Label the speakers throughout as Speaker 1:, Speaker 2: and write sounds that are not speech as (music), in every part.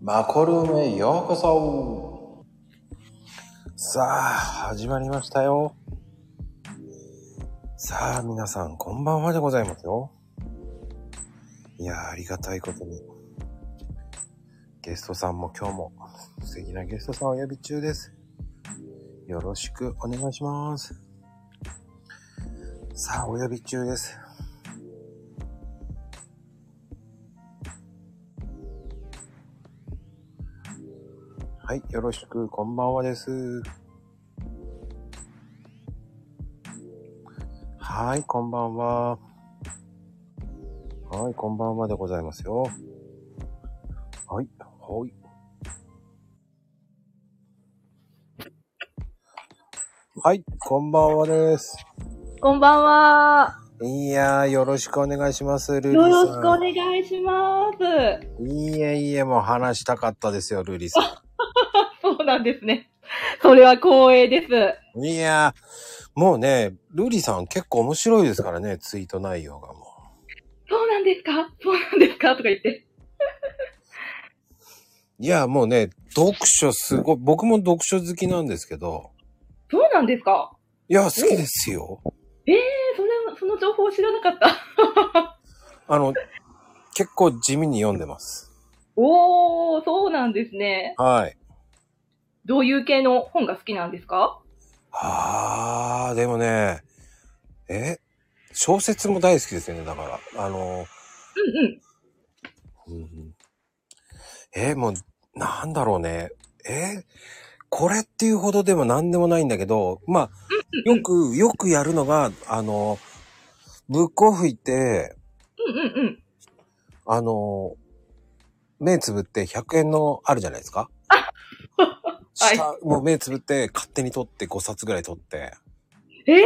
Speaker 1: マコルームへようこそさあ、始まりましたよ。さあ、皆さん、こんばんはでございますよ。いやー、ありがたいことに。ゲストさんも今日も素敵なゲストさんをお呼び中です。よろしくお願いします。さあ、お呼び中です。はい、よろしく、こんばんはです。はい、こんばんは。はい、こんばんはでございますよ。はい、はい。はい、こんばんはです。
Speaker 2: こんばんは。
Speaker 1: いやー、よろしくお願いします、ルリ
Speaker 2: よ
Speaker 1: さん。
Speaker 2: ろしくお願いします。
Speaker 1: いいえ、いいえ、もう話したかったですよ、ルリさん。
Speaker 2: そうなんですね。それは光栄です。
Speaker 1: いやー、もうね、ルリさん結構面白いですからね、ツイート内容がも
Speaker 2: そうなんですかそうなんですかとか言って。
Speaker 1: う。いや、もうね、読書すごい、僕も読書好きなんですけど、
Speaker 2: そうなんですか
Speaker 1: いや、好きですよ。
Speaker 2: えー、その、その情報知らなかった。
Speaker 1: あの、結構地味に読んでます。
Speaker 2: おー、そうなんですね。
Speaker 1: はい。
Speaker 2: どういう系の本が好きなんですか
Speaker 1: あー、でもね、え小説も大好きですよね、だから。あの、
Speaker 2: うんうん。
Speaker 1: うんえーもう、なんだろうね。えーこれっていうほどでも何でもないんだけど、まあ、よく、よくやるのが、あの、ブックオフ行って、
Speaker 2: うんうんうん。
Speaker 1: あの、目つぶって100円のあるじゃないですか。
Speaker 2: はい
Speaker 1: 下もう目つぶって勝手に取って5冊ぐらい取って。
Speaker 2: え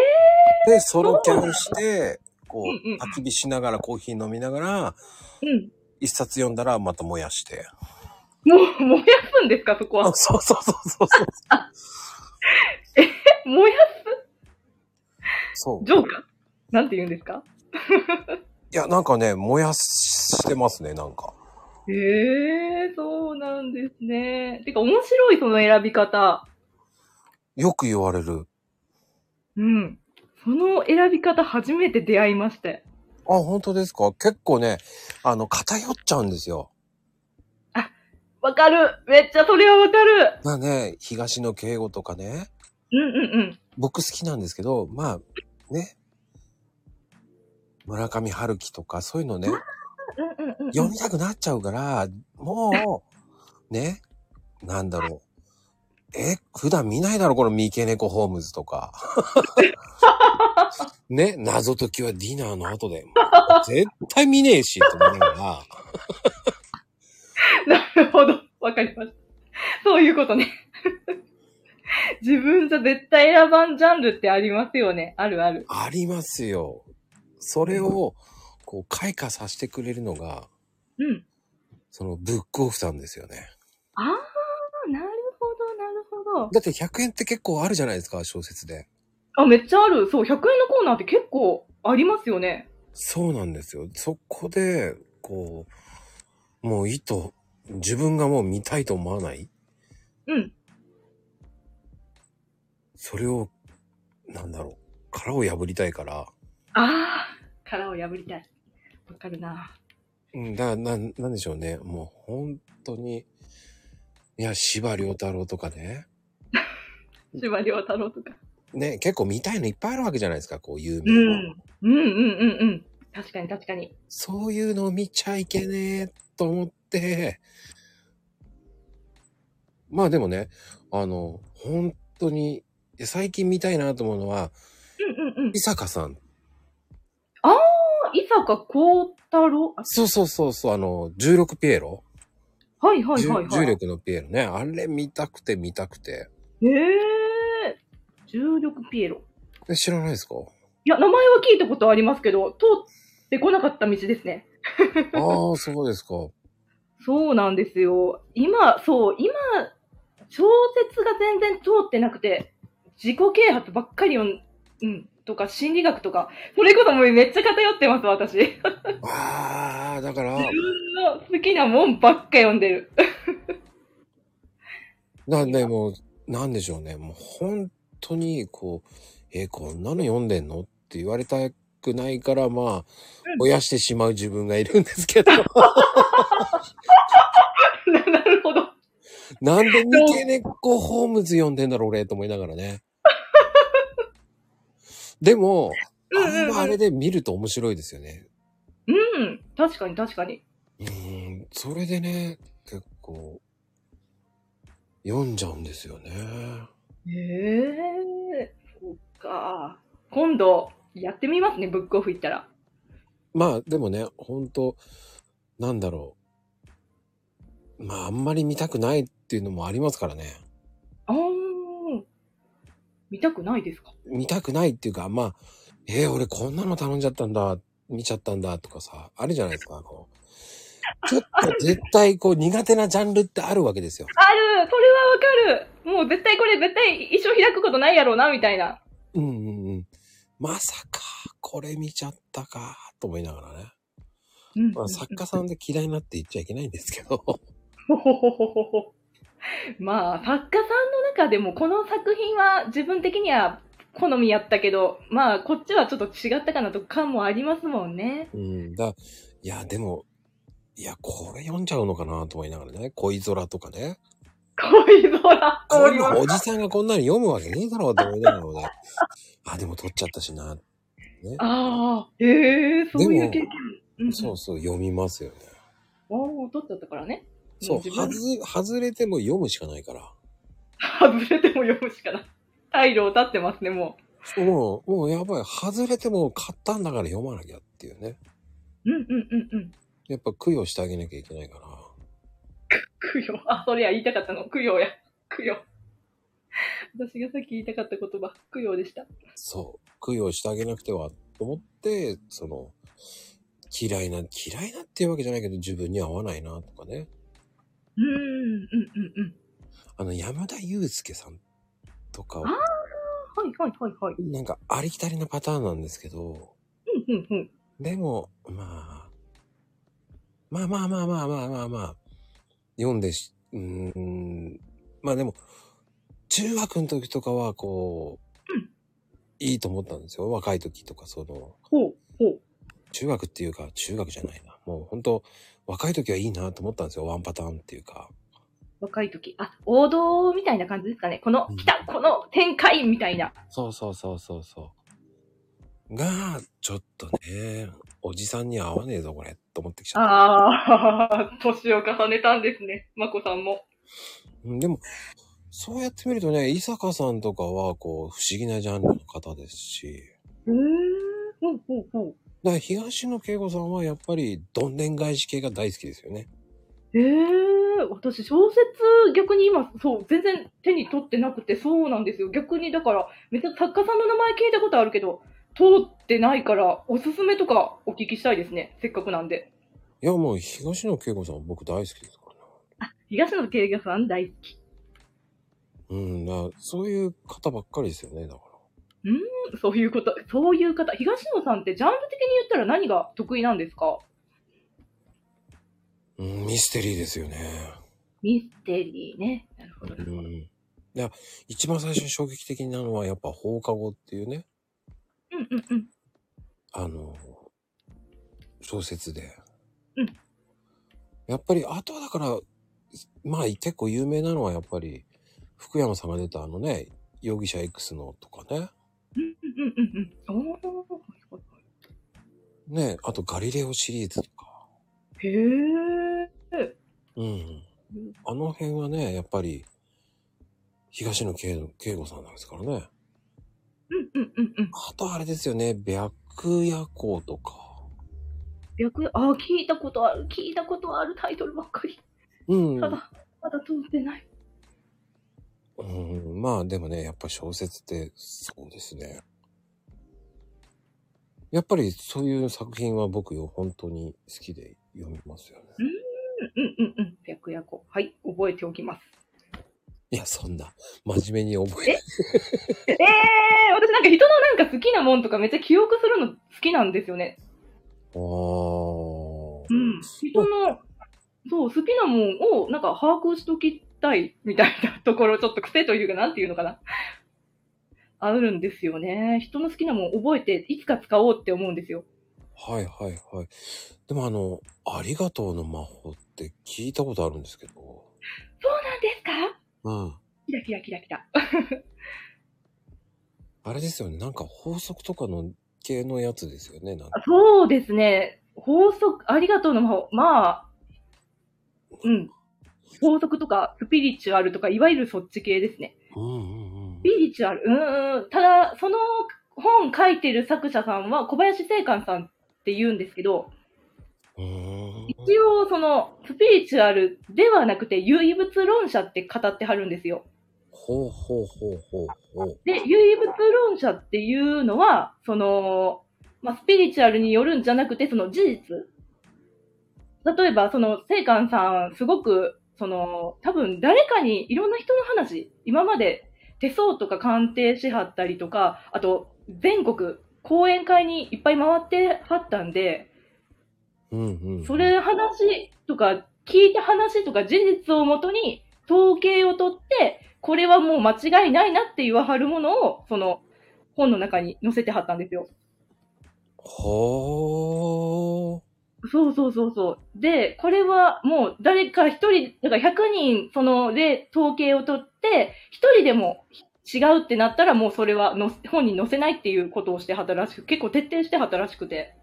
Speaker 1: で、ソロキャンして、こ
Speaker 2: うんうん
Speaker 1: う、焚き火しながらコーヒー飲みながら、
Speaker 2: うん。
Speaker 1: 一冊読んだらまた燃やして。
Speaker 2: もう、燃やすんですかそこ
Speaker 1: あ
Speaker 2: は。
Speaker 1: そうそうそうそうそう。
Speaker 2: 燃や
Speaker 1: そう。
Speaker 2: すジョーカーなんて言うんですか
Speaker 1: いや、なんかね、燃やしてますね、なんか。
Speaker 2: えー、そうなんですね。てか、面白い、その選び方。
Speaker 1: よく言われる。
Speaker 2: うん。その選び方初めて出会いまして。
Speaker 1: あ、本当ですか結構ね、あの、偏っちゃうんですよ。
Speaker 2: わかるめっちゃそれはわかる
Speaker 1: まあね、東野敬吾とかね、
Speaker 2: うんうんうん。
Speaker 1: 僕好きなんですけど、まあ、ね、村上春樹とかそういうのね、
Speaker 2: うんうんうん。
Speaker 1: 読みたくなっちゃうから、もう、ね、なんだろう。え、普段見ないだろ、この三毛猫ホームズとか。ね、謎解きはディナーの後で。絶対見ねえし、と思いながら。
Speaker 2: (laughs) なるほど。わかりました。そういうことね。 (laughs) 自分じゃ絶対選ばんジャンルってありますよね。あるある。
Speaker 1: ありますよ。それを、こう、開花させてくれるのが、
Speaker 2: うん。
Speaker 1: そのブックオフさんですよね。
Speaker 2: あー、なるほど、なるほど。
Speaker 1: だって100円って結構あるじゃないですか、小説で。
Speaker 2: あ、めっちゃある。そう、100円のコーナーって結構ありますよね。
Speaker 1: そうなんですよ。そこで、こう、もういいと、自分がもう見たいと思わない
Speaker 2: うん。
Speaker 1: それを、なんだろう、殻を破りたいから。
Speaker 2: あー、殻を破りたい。わかるな。
Speaker 1: うん、だから、なん、なんでしょうね。もう本当に、いや、芝良太郎とかね。
Speaker 2: 司馬遼太郎とか。
Speaker 1: ね、結構見たいのいっぱいあるわけじゃないですか、こう有
Speaker 2: う
Speaker 1: 名な。
Speaker 2: ん。うんうんうんうん。確かに確かに。
Speaker 1: そういうのを見ちゃいけねえと思って、まあでもね、あの、本当に、いや最近見たいなと思うのは、
Speaker 2: うんうんうん
Speaker 1: 伊。坂さん。
Speaker 2: 伊坂幸太郎あ
Speaker 1: そうそうそうそう、あの、16ピエロ、
Speaker 2: はいはいはい
Speaker 1: 重
Speaker 2: は
Speaker 1: 重
Speaker 2: い。
Speaker 1: 力のピエロね。あれ見たくて見たくて。
Speaker 2: えー、重力ピエロ。
Speaker 1: え知らない
Speaker 2: (laughs)
Speaker 1: ですか
Speaker 2: いや、名前は聞いたことありますけど、通ってこなかった道ですね。
Speaker 1: ああ、そうですか。
Speaker 2: そうなんですよ。今、そう、今、小説が全然通ってなくて、自己啓発ばっかり読ん、うん、とか心理学とか、それこそもうめっちゃ偏ってます、私。
Speaker 1: ああ、や、だから、
Speaker 2: の好きなもんばっか読んでる。 (laughs)
Speaker 1: なんでもう、なんでしょうね。もう本当に、こう、えこんなの読んでんのって言われたくないから、まあ、燃やしてしまう自分がいるんですけど、
Speaker 2: なるほど。
Speaker 1: (laughs) なんで三毛猫ホームズ読んでんだろう、俺、と思いながらね。でも、
Speaker 2: うん
Speaker 1: あ
Speaker 2: うんんうん
Speaker 1: まあれで見ると面白いですよね。
Speaker 2: うん。確かに確かに。
Speaker 1: うん、それでね、結構、読んじゃうんですよね。
Speaker 2: へえそっか。今度、やってみますね、ブックオフ行ったら。
Speaker 1: まあでもね、本当なんだろう。まああんまり見たくないっていうのもありますからね。
Speaker 2: あー。見たくないですか
Speaker 1: 見たくないっていうか、まあ、えー俺こんなの頼んじゃったんだ、見ちゃったんだとかさ、あるじゃないですか、こう。ちょっと絶対こう苦手なジャンルってあるわけですよ。
Speaker 2: あるそれはわかるもう絶対これ絶対一生開くことないやろうな、みたいな。
Speaker 1: うんうんうん。まさか、これ見ちゃったか、と思いながらね。
Speaker 2: うん
Speaker 1: まあ作家さんで嫌いになって言っちゃいけないんですけど。
Speaker 2: ほほほほほほまあ、作家さんの中でもこの作品は自分的には好みやったけど、まあ、こっちはちょっと違ったかなと感もありますもんね。
Speaker 1: うん、だ、いや、でも、いや、これ読んじゃうのかなと思いながらね、恋空とかね。
Speaker 2: 恋空。
Speaker 1: こんなおじさんがこんなの読むわけねえだろうと思いながらもね。あ、でも取っちゃったしな。
Speaker 2: ああ、へえそういう経験。うん
Speaker 1: そうそう、読みますよね。
Speaker 2: おー取っちゃったからね。
Speaker 1: そう、
Speaker 2: 自分
Speaker 1: 外、外れても読むしかないから。
Speaker 2: 外れても読むしかない。退路を立ってますね、も
Speaker 1: もう、もうやばい。外れても買ったんだから読まなきゃっていうね。
Speaker 2: う。うんうんうんうん。
Speaker 1: やっぱ供養してあげなきゃいけないから。
Speaker 2: 供養。あ、それや、言いたかったの。供養や。供養。私がさっき言いたかった言葉、供養でした。
Speaker 1: そう、供養してあげなくてはと思って、その、嫌いな、嫌いなっていうわけじゃないけど、自分に合わないなとかね。
Speaker 2: うん、うん、うん、うん。
Speaker 1: あの、山田祐介さんとかは、
Speaker 2: あはい、はい、はい、はい。
Speaker 1: なんかありきたりなパターンなんですけど、
Speaker 2: うん、うん、うん。
Speaker 1: でも、まあ、まあまあまあまあまあまあまあ、読んでし、うーん、まあでも、中学の時とかは、こう、
Speaker 2: うん
Speaker 1: いいと思ったんですよ。若い時とか、その、
Speaker 2: ほう、ほう。
Speaker 1: 中学っていうか、中学じゃないな。もう本当若い時はいいなと思ったんですよ。ワンパターンっていうか。
Speaker 2: 若い時。あ、王道みたいな感じですかね。この
Speaker 1: う、ん
Speaker 2: 来た、この展開みたいな。
Speaker 1: そうそうそうそうそう。が、ちょっとね、おじさんに合わねえぞ、これ、と思ってきちゃった。
Speaker 2: ああ、年を重ねたんですね。まこさんも。
Speaker 1: うんでも、そうやってみるとね、伊坂さんとかは、こう、不思議なジャンルの方ですし、
Speaker 2: うーん、ほう、ほう、ほう。
Speaker 1: だから東野圭吾さんはやっぱり、どんでん返し系が大好きですよね。
Speaker 2: ええ私小説逆に今そう全然手に取ってなくてそうなんですよ逆にだからめっちゃ作家さんの名前聞いたことあるけど通ってないからおすすめとかお聞きしたいですねせっかくなんで
Speaker 1: いや、もう東野圭吾さんは僕大好きですからね。
Speaker 2: 東野圭吾さん大好き
Speaker 1: うん、だからそういう方ばっかりですよね、だから。
Speaker 2: そういうことそういう方東野さんってジャンル的に言ったら何が得意なんですか
Speaker 1: うん、ミステリーですよね。
Speaker 2: ミステリーねなるほど
Speaker 1: うん。いや、一番最初に衝撃的なのは、やっぱ放課後っていうね、
Speaker 2: うんうんうん
Speaker 1: あの、小説で。
Speaker 2: うん
Speaker 1: やっぱり、あとはだから、まあ結構有名なのはやっぱり、福山さんが出たあのね、容疑者 X のとかね。
Speaker 2: うんうんうんうんおーはいはいは
Speaker 1: ね、あとガリレオシリーズとか。
Speaker 2: いへえ
Speaker 1: うん。あの辺はね、やっぱり、東野圭圭吾さんなんですからね。
Speaker 2: うんうんうんうん
Speaker 1: あとあれですよね、白夜行とか。
Speaker 2: 白夜あー聞いたことある聞いたことあるタイトルばっかり
Speaker 1: うん。
Speaker 2: (laughs) ただまだ通ってない
Speaker 1: うん、まあでもね、やっぱ小説ってそうですね。やっぱりそういう作品は僕よ、本当に好きで読みますよね。
Speaker 2: うんうんうんうん白夜行はい覚えておきます
Speaker 1: いや、そんな、真面目に覚え
Speaker 2: ええー、私なんか人のなんか好きなもんとかめっちゃ記憶するの好きなんですよね
Speaker 1: あー
Speaker 2: うん、人の、そう、好きなもんを、なんか、把握しときたい、みたいなところ、ちょっと癖というか、なんていうのかな。あるんですよね。人の好きなもん覚えて、いつか使おうって思うんですよ。
Speaker 1: はいはいはい。でもあの、ありがとうの魔法って聞いたことあるんですけど。
Speaker 2: そうなんですか
Speaker 1: うん。
Speaker 2: キラキラキラキラ。
Speaker 1: あれですよね。なんか法則とかの系のやつですよね。なん
Speaker 2: あそうですね。法則、ありがとうの魔法、まあ、うん。法則とか、スピリチュアルとか、いわゆるそっち系ですね。
Speaker 1: うんうんうん
Speaker 2: ス。ピリチュアル。うーん。ただ、その本書いてる作者さんは小林正観さんって言うんですけど、
Speaker 1: うーん。
Speaker 2: 一応そのスピリチュアルではなくて唯物論者って語ってはるんですよ。
Speaker 1: ほうほうほうほうほう。
Speaker 2: で、唯物論者っていうのは、その、まあ、スピリチュアルによるんじゃなくて、その事実。例えば、その、聖寛さん、すごく、その、多分誰かにいろんな人の話、今まで手相とか鑑定しはったりとか、あと、全国、講演会にいっぱい回ってはったんで、
Speaker 1: うんうん。
Speaker 2: そ。れ話とか、聞いた話とか事実をもとに統計を取って、これはもう間違いないなって言わはるものを、その本の中に載せてはったんですよ。
Speaker 1: ほー。
Speaker 2: そうそうそうそう。で、これはもう誰か一人、だから100人そので統計を取って、一人でも違うってなったらもうそれはの本に載せないっていうことをしてはたらしく、結構徹底してはたらしくて。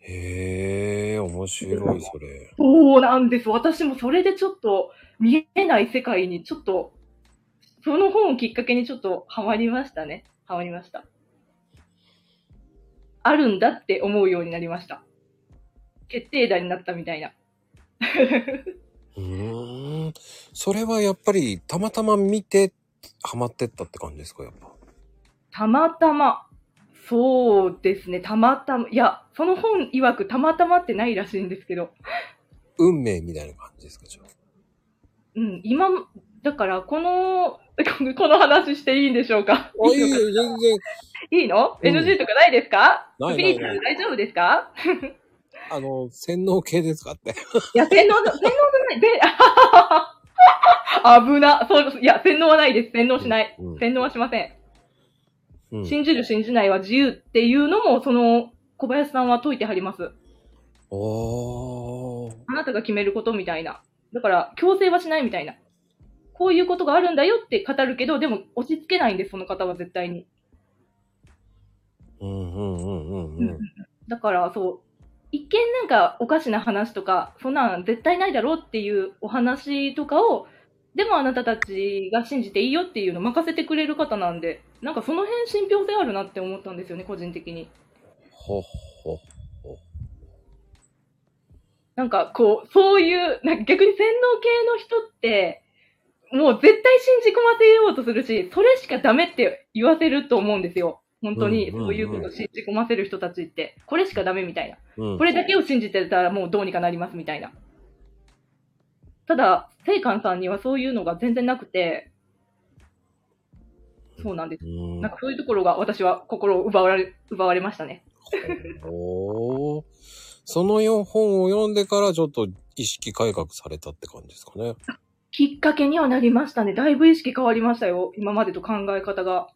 Speaker 1: へえ、面白い、それ。
Speaker 2: そうなんです。私もそれでちょっと見えない世界にちょっと、その本をきっかけにちょっとハマりましたね。ハマりました。あるんだって思うようになりました。決定打になったみたいな。
Speaker 1: うーん。それはやっぱり、たまたま見て、ハマってったって感じですか、やっぱ。
Speaker 2: たまたま。そうですね。たまたま。いや、その本曰くたまたまってないらしいんですけど。
Speaker 1: 運命みたいな感じですか、じゃあ。
Speaker 2: うん、今、だからこの、 (laughs) この話していいんでしょうか
Speaker 1: あ、いいよ、全然。
Speaker 2: いいの
Speaker 1: うん
Speaker 2: ?NG とかないですか、
Speaker 1: ない
Speaker 2: スピリチュ
Speaker 1: な
Speaker 2: ア
Speaker 1: い
Speaker 2: ル大丈夫ですか
Speaker 1: あの、洗脳系ですかって。
Speaker 2: いや、洗
Speaker 1: (laughs)
Speaker 2: 脳の、洗脳じゃない。で、あははは (laughs) は危な。そう、いや、洗脳はないです。洗脳しない。
Speaker 1: うん
Speaker 2: 洗脳はしません。
Speaker 1: うん。
Speaker 2: 信じる、信じないは自由っていうのも、その、小林さんは解いてはります。
Speaker 1: おー。
Speaker 2: あなたが決めることみたいな。だから、強制はしないみたいな。こういうことがあるんだよって語るけど、でも落ち着けないんです、その方は絶対に。
Speaker 1: うんうんうんうんうん。
Speaker 2: だからそう、一見なんかおかしな話とか、そんなん絶対ないだろうっていうお話とかを、でもあなたたちが信じていいよっていうのを任せてくれる方なんで、なんかその辺信憑性あるなって思ったんですよね、個人的に。
Speaker 1: ほっほっ
Speaker 2: なんかこう、そういう、なんか逆に洗脳系の人って、もう絶対信じ込ませようとするし、それしかダメって言わせると思うんですよ。本当に、
Speaker 1: うんうんうん
Speaker 2: そういうことを信じ込ませる人たちって、これしかダメみたいな。
Speaker 1: うん。
Speaker 2: これだけを信じてたらもうどうにかなりますみたいな。ただ、聖寛さんにはそういうのが全然なくて、そうなんです。
Speaker 1: うん
Speaker 2: なんかそういうところが私は心を奪われ、奪われましたね。
Speaker 1: おー。その4本を読んでからちょっと意識改革されたって感じですかね。
Speaker 2: きっかけにはなりましたね。だいぶ意識変わりましたよ。今までと考え方が。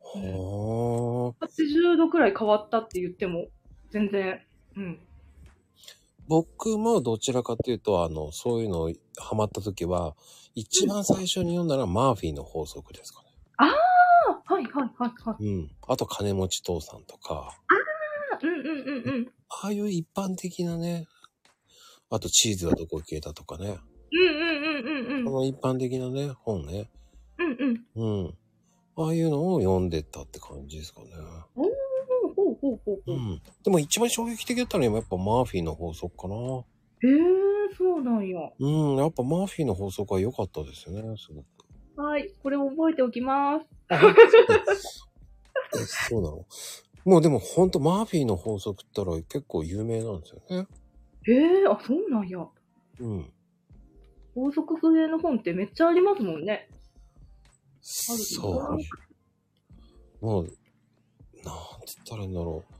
Speaker 1: はあ。
Speaker 2: 80度くらい変わったって言っても、全然、うん。
Speaker 1: 僕もどちらかというと、あの、そういうのハマった時は、一番最初に読んだのはマーフィーの法則ですかね。
Speaker 2: あ、はいはいはいはい。
Speaker 1: うん。あと金持ち父さんとか、
Speaker 2: あうんうんうんうん。
Speaker 1: ああいう一般的なね、あとチーズはどこ消えたとかね。
Speaker 2: うんうんうんうんう
Speaker 1: こ
Speaker 2: ん。
Speaker 1: の一般的なね、本ね。
Speaker 2: うんうん。
Speaker 1: うん。ああいうのを読んでったって感じですかね。
Speaker 2: ほうほうほうほう
Speaker 1: う
Speaker 2: ほう。
Speaker 1: ん。でも一番衝撃的だったのはやっぱマーフィーの法則かな。
Speaker 2: へえ、そうなんや。
Speaker 1: うん。やっぱマーフィーの法則は良かったですよね、すごく。
Speaker 2: はい、これを覚えておきます。
Speaker 1: えそうなのもうでもほんとマーフィーの法則ったら結構有名なんですよね。
Speaker 2: へえあ、そうなんや。
Speaker 1: うん。
Speaker 2: 法則系の本ってめっちゃありますもんね。
Speaker 1: そうね。もう、なんつったらいいんだろう。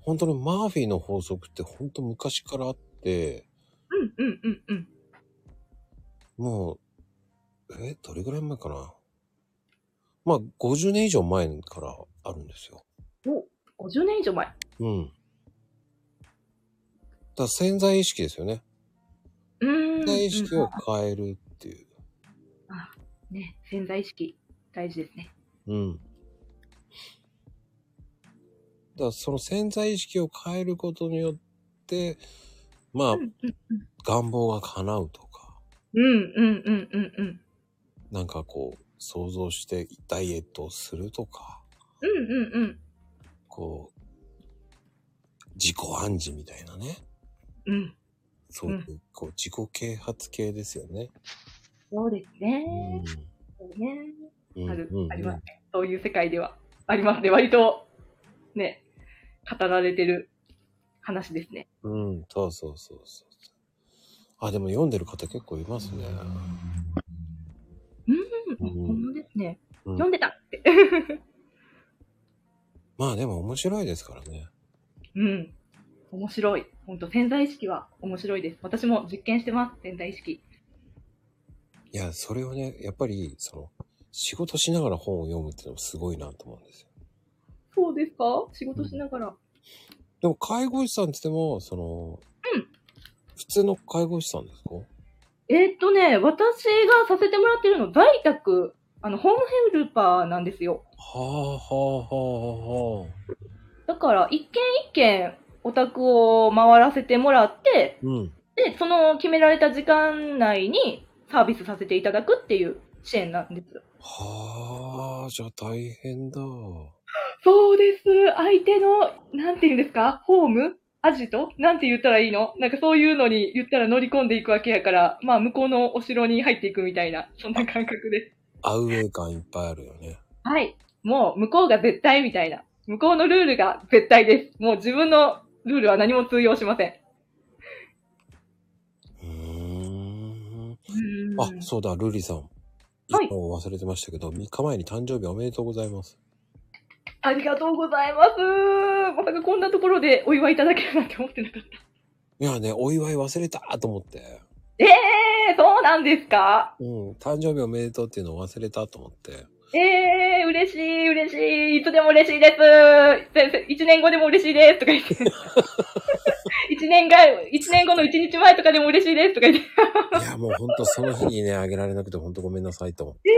Speaker 1: 本当にマーフィーの法則って本当昔からあって、
Speaker 2: うんうんうんうん。
Speaker 1: もう、え、どれぐらい前かな。まあ、50年以上前からあるんですよ。
Speaker 2: 50年以上前。
Speaker 1: うん。だから潜在意識ですよね。
Speaker 2: うー
Speaker 1: 潜
Speaker 2: ん。
Speaker 1: 在意識を変えるっていう。
Speaker 2: ね、潜在意識、大事ですね。
Speaker 1: うん。だからその潜在意識を変えることによって、まあ
Speaker 2: うん、
Speaker 1: 願望が叶うとか、
Speaker 2: うんうんうんうんうん。
Speaker 1: なんかこう、想像してダイエットをするとか、
Speaker 2: うんうんうん。
Speaker 1: こう、自己暗示みたいなね。
Speaker 2: うん。
Speaker 1: そういう、こう、自己啓発系ですよね。
Speaker 2: そうですね。そうね
Speaker 1: うん。
Speaker 2: ある
Speaker 1: うんうんうん
Speaker 2: ありますそういう世界ではありますね。割と、ね、語られてる話ですね。
Speaker 1: うん、そうそうそうそう。あ、でも読んでる方結構いますね。
Speaker 2: うん、
Speaker 1: うん
Speaker 2: 本当ですね。
Speaker 1: うん
Speaker 2: 読んでたって。
Speaker 1: まあでも面白いですからね。
Speaker 2: うん。面白い。本当潜在意識は面白いです。私も実験してます。潜在意識。
Speaker 1: いや、それをね、やっぱり、その、仕事しながら本を読むっていうのもすごいなと思うんですよ。
Speaker 2: そうですか仕事しながら。
Speaker 1: でも、介護士さんって言っても、その、
Speaker 2: うん
Speaker 1: 普通の介護士さんですか
Speaker 2: えーっとね、私がさせてもらってるの、在宅、あの、ホームヘルパーなんですよ。
Speaker 1: はあ、はあ、はあ、はあ。
Speaker 2: だから、一軒一軒お宅を回らせてもらって、
Speaker 1: うん。
Speaker 2: で、その決められた時間内にサービスさせていただくっていう支援なんです。
Speaker 1: はあ、じゃあ大変だ。
Speaker 2: そうです。相手の、なんて言うんですかホームアジトなんて言ったらいいのなんかそういうのに言ったら乗り込んでいくわけやから、まあ向こうのお城に入っていくみたいな、そんな感覚です。
Speaker 1: アウェー感いっぱいあるよね。
Speaker 2: はい。もう向こうが絶対みたいな。向こうのルールが絶対です。もう自分のルールは何も通用しません。
Speaker 1: うーん。
Speaker 2: う
Speaker 1: あ
Speaker 2: ーん、
Speaker 1: そうだ、ルリさん。
Speaker 2: はい
Speaker 1: もう忘れてましたけど、3日前に誕生日おめでとうございます。
Speaker 2: ありがとうございます。まさかこんなところでお祝いいただけるなんて思ってなかった。
Speaker 1: いやね、お祝い忘れたと思って。
Speaker 2: ええー、そうなんですか
Speaker 1: うん、誕生日おめでとうっていうのを忘れたと思って。
Speaker 2: ええー、嬉しい、嬉しい。いつでも嬉しいです。先生一年後でも嬉しいです。とか言
Speaker 1: (laughs)
Speaker 2: って。一年が、一年後の一日前とかでも嬉しいです。とか言って。
Speaker 1: いや、もうほんとその日にね、あげられなくてほんとごめんなさいと思って。
Speaker 2: え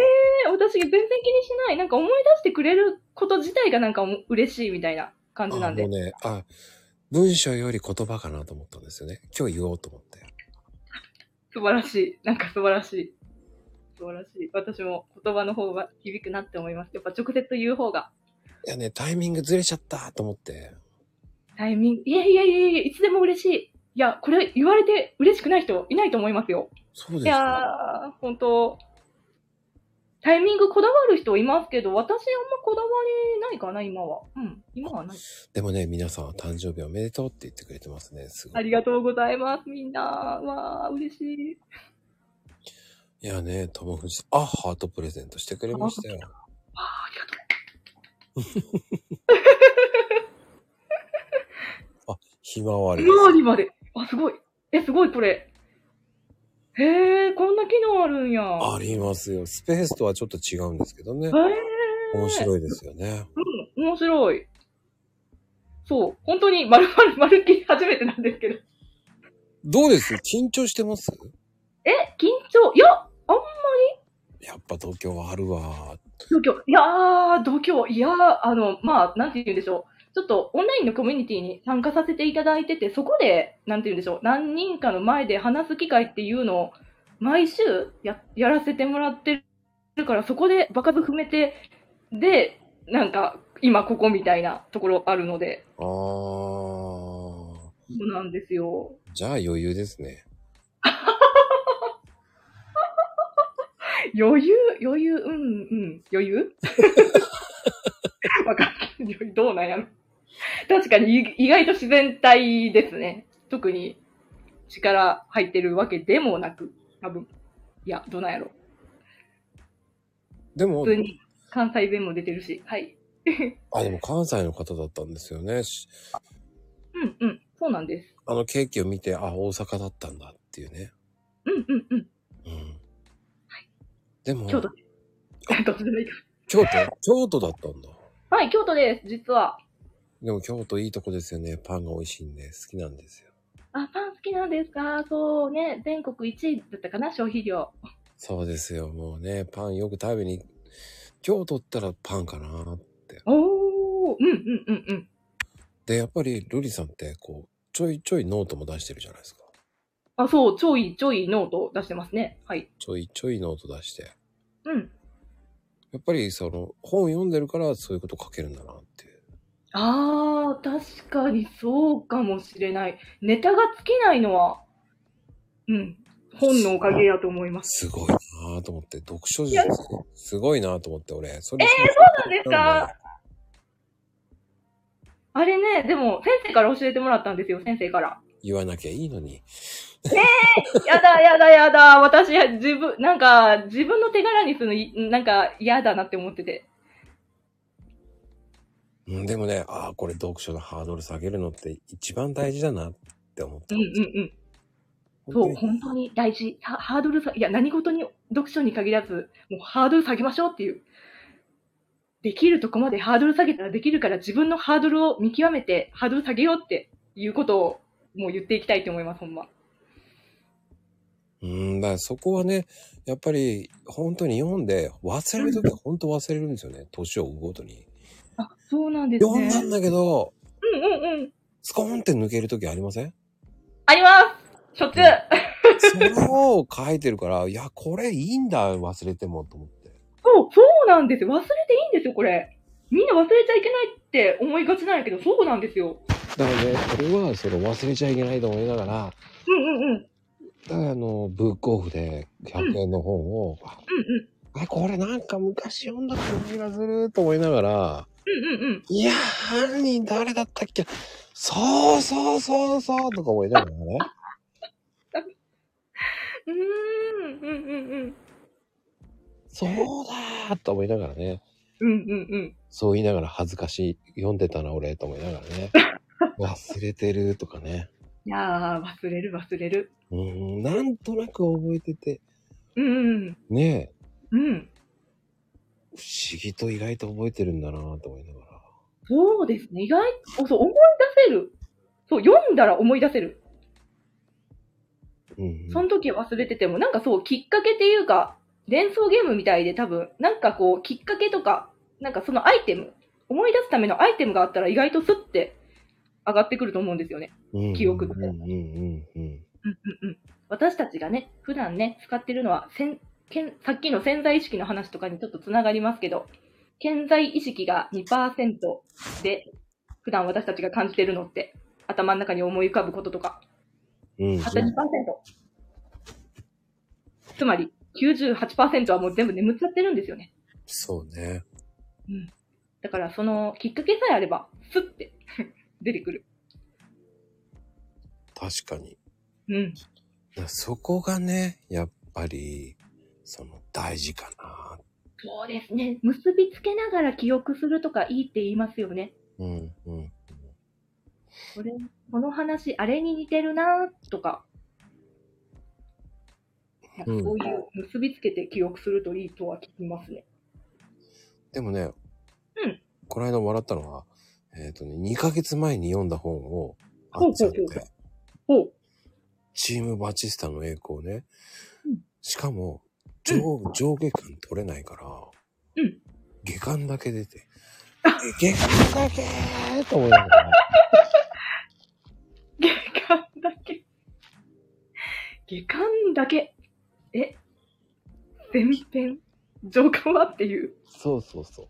Speaker 2: ー私全然気にしない。なんか思い出してくれること自体がなんかおも嬉しいみたいな感じ
Speaker 1: あ
Speaker 2: な
Speaker 1: も
Speaker 2: ん
Speaker 1: う
Speaker 2: で。
Speaker 1: ね、あ、文章より言葉かなと思ったんですよね。今日言おうと思って。
Speaker 2: 素晴らしい。なんか素晴らしい。素晴らしい。私も言葉の方が響くなって思います。やっぱ直接言う方が
Speaker 1: いやね、タイミングずれちゃったと思って。
Speaker 2: タイミング、いやいやいやいや、いつでも嬉しい。いや、これ言われて嬉しくない人いないと思いますよ。
Speaker 1: そう
Speaker 2: い
Speaker 1: です
Speaker 2: や
Speaker 1: か。
Speaker 2: ー、本当タイミングこだわる人いますけど、私あんまこだわりないかな、今は。うん、今はない。
Speaker 1: でもね、皆さんは誕生日おめでとうって言ってくれてますね。すご
Speaker 2: あ
Speaker 1: い。
Speaker 2: りがとうございます、みんな。わー、嬉しい。
Speaker 1: いやね、ともふじ、あ、ハートプレゼントしてくれましたよ。
Speaker 2: わー、ありがと
Speaker 1: ひまわりで
Speaker 2: う。
Speaker 1: す。
Speaker 2: うわーにまで。あ、すごい。え、すごい、これ。へー、こんな機能あるんや。
Speaker 1: ありますよ。スペースとはちょっと違うんですけどね
Speaker 2: へ。ー。
Speaker 1: 面白いですよね。
Speaker 2: うん、面白い。そう、本当に丸々丸っきり初めてなんですけど。
Speaker 1: どうです緊張してます
Speaker 2: え、緊張いや、
Speaker 1: やっぱ東京はあるわ。
Speaker 2: 度胸、いやー、度胸、いやー、あの、まあ、なんて言うんでしょう。ちょっとオンラインのコミュニティに参加させていただいてて、そこで、なんて言うんでしょう、何人かの前で話す機会っていうのを、毎週ややらせてもらってるから、そこで場数踏めて、で、なんか、今ここみたいなところあるので、
Speaker 1: あー。
Speaker 2: そうなんですよ。
Speaker 1: じゃあ余裕ですね。
Speaker 2: 余裕、余裕、うん、うん、余裕 (laughs) わかんない。どうなんやろ。確かに、い意外と自然体ですね。特に力入ってるわけでもなく、多分。いや、どうなんやろ。
Speaker 1: でも
Speaker 2: 普、通に関西弁も出てるし、はい。
Speaker 1: あ、でも関西の方だったんですよね。し
Speaker 2: うんうん。そうなんです。
Speaker 1: あのケーキを見て、あ、大阪だったんだっていうね。
Speaker 2: うんうんうん。
Speaker 1: うん。でも、
Speaker 2: 京都ですどっちでもいいか
Speaker 1: 京都京都だったんだ。
Speaker 2: はい、京都です、実は。
Speaker 1: でも京都いいとこですよね。パンが美味しいんで、好きなんですよ。
Speaker 2: あ、パン好きなんですかそうね。全国1位だったかな、消費量。
Speaker 1: そうですよ。もうね、パンよく食べに、京都ったらパンかな。
Speaker 2: おー、うんうんうんうん。
Speaker 1: で、やっぱりルリさんって、こう、ちょいちょいノートも出してるじゃないですか。
Speaker 2: あ、そう、ちょいちょいノートを出してますね。はい。
Speaker 1: ちょいちょいノート出して。
Speaker 2: うん。
Speaker 1: やっぱりその、本読んでるからそういうこと書けるんだなっていう。
Speaker 2: あー、確かにそうかもしれない。ネタが尽きないのは、うん、本のおかげやと思います。
Speaker 1: すごいなぁと思って、読書術すごいなぁと思って、俺。それ
Speaker 2: えー
Speaker 1: そう
Speaker 2: なんですかあれね、でも、先生から教えてもらったんですよ、先生から。
Speaker 1: 言わなきゃいいのに。
Speaker 2: やだ、やだ、やだ、私、自分、なんか、自分の手柄にするのい、なんか、嫌だなって思ってて。
Speaker 1: うん、でもね、ああ、これ読書のハードル下げるのって一番大事だなって思った
Speaker 2: うん。うんうん。そう、本当に大事。ハハードルさ、いや、何事に、読書に限らず、もうハードル下げましょうっていう。できるとこまでハードル下げたらできるから、自分のハードルを見極めて、ハードル下げようっていうことを、もう言っていきたいと思います、ほんま。
Speaker 1: うん、だからそこはね、やっぱり本当に読んで、忘れるときは本当忘れるんですよね。年を追うごとに。
Speaker 2: あ、そうなんです
Speaker 1: 読
Speaker 2: ね
Speaker 1: ん。だんだけど、
Speaker 2: うんうんうん。
Speaker 1: スコーンって抜けるときありません
Speaker 2: ありますしょっちゅう
Speaker 1: うんそれを書いてるから、いや、これいいんだ、忘れてもと思って。
Speaker 2: そう、そうなんですよ。忘れていいんですよ、これ。みんな忘れちゃいけないって思いがちなんやけど、そうなんですよ。
Speaker 1: だからね、これはその忘れちゃいけないと思いながら、
Speaker 2: うんうんうん。うんうん。
Speaker 1: だからあの、ブックオフで100円の本を、ああ、これなんか昔読んだ感じがすると思いながら、
Speaker 2: うんうんうん。
Speaker 1: いやー、犯人誰だったっけそうそうそうそうとか思いながらね。
Speaker 2: うーん、うんうんうん。
Speaker 1: そうだーと思いながらね。
Speaker 2: うんうんうん。
Speaker 1: そう言いながら恥ずかしい。読んでたな俺と思いながらね。忘れてるとかね。
Speaker 2: いやー、忘れる忘れる。
Speaker 1: うーん、なんとなく覚えてて。
Speaker 2: うん、
Speaker 1: ねえ、
Speaker 2: うん。
Speaker 1: 不思議と意外と覚えてるんだなーと思いながら。
Speaker 2: そうですね。意外と、そう、思い出せる。そう、読んだら思い出せる。
Speaker 1: うん、
Speaker 2: その時忘れてても、なんかそう、きっかけっていうか、連想ゲームみたいで多分、なんかこう、きっかけとか、なんかそのアイテム、思い出すためのアイテムがあったら意外とスッて上がってくると思うんですよね。
Speaker 1: うん
Speaker 2: 記憶って
Speaker 1: うんうんうんうん。
Speaker 2: うんうんうん。私たちがね、普段ね、使ってるのは、せんけんさっきの潜在意識の話とかにちょっとつながりますけど、潜在意識が2%で、普段私たちが感じてるのって、頭の中に思い浮かぶこととか、
Speaker 1: うん、
Speaker 2: たった2%。つまり、98%はもう全部眠っちゃってるんですよね。
Speaker 1: そうね。
Speaker 2: だから、そのきっかけさえあれば、スッて (laughs) 出てくる。
Speaker 1: 確かに。
Speaker 2: うん。
Speaker 1: だからそこがね、やっぱり、その大事かな。
Speaker 2: そうですね。結びつけながら記憶するとかいいって言いますよね。
Speaker 1: うんうん。
Speaker 2: これ、この話、あれに似てるなーとか、なんか
Speaker 1: うん
Speaker 2: そういう結びつけて記憶するといいとは聞きますね。
Speaker 1: でもね、
Speaker 2: うん
Speaker 1: この間笑ったのは、えっ、とね、2ヶ月前に読んだ本を、あっちゃっ
Speaker 2: ほうほうほう
Speaker 1: て、
Speaker 2: ほう。
Speaker 1: チームバチスタの栄光ね
Speaker 2: うん。
Speaker 1: しかも、上上下巻取れないから、
Speaker 2: うん
Speaker 1: 下巻だけ出て、え下巻だけーと思いながら、
Speaker 2: 下巻だけ。下巻だけ。え前編上巻はっていう。
Speaker 1: そうそうそう。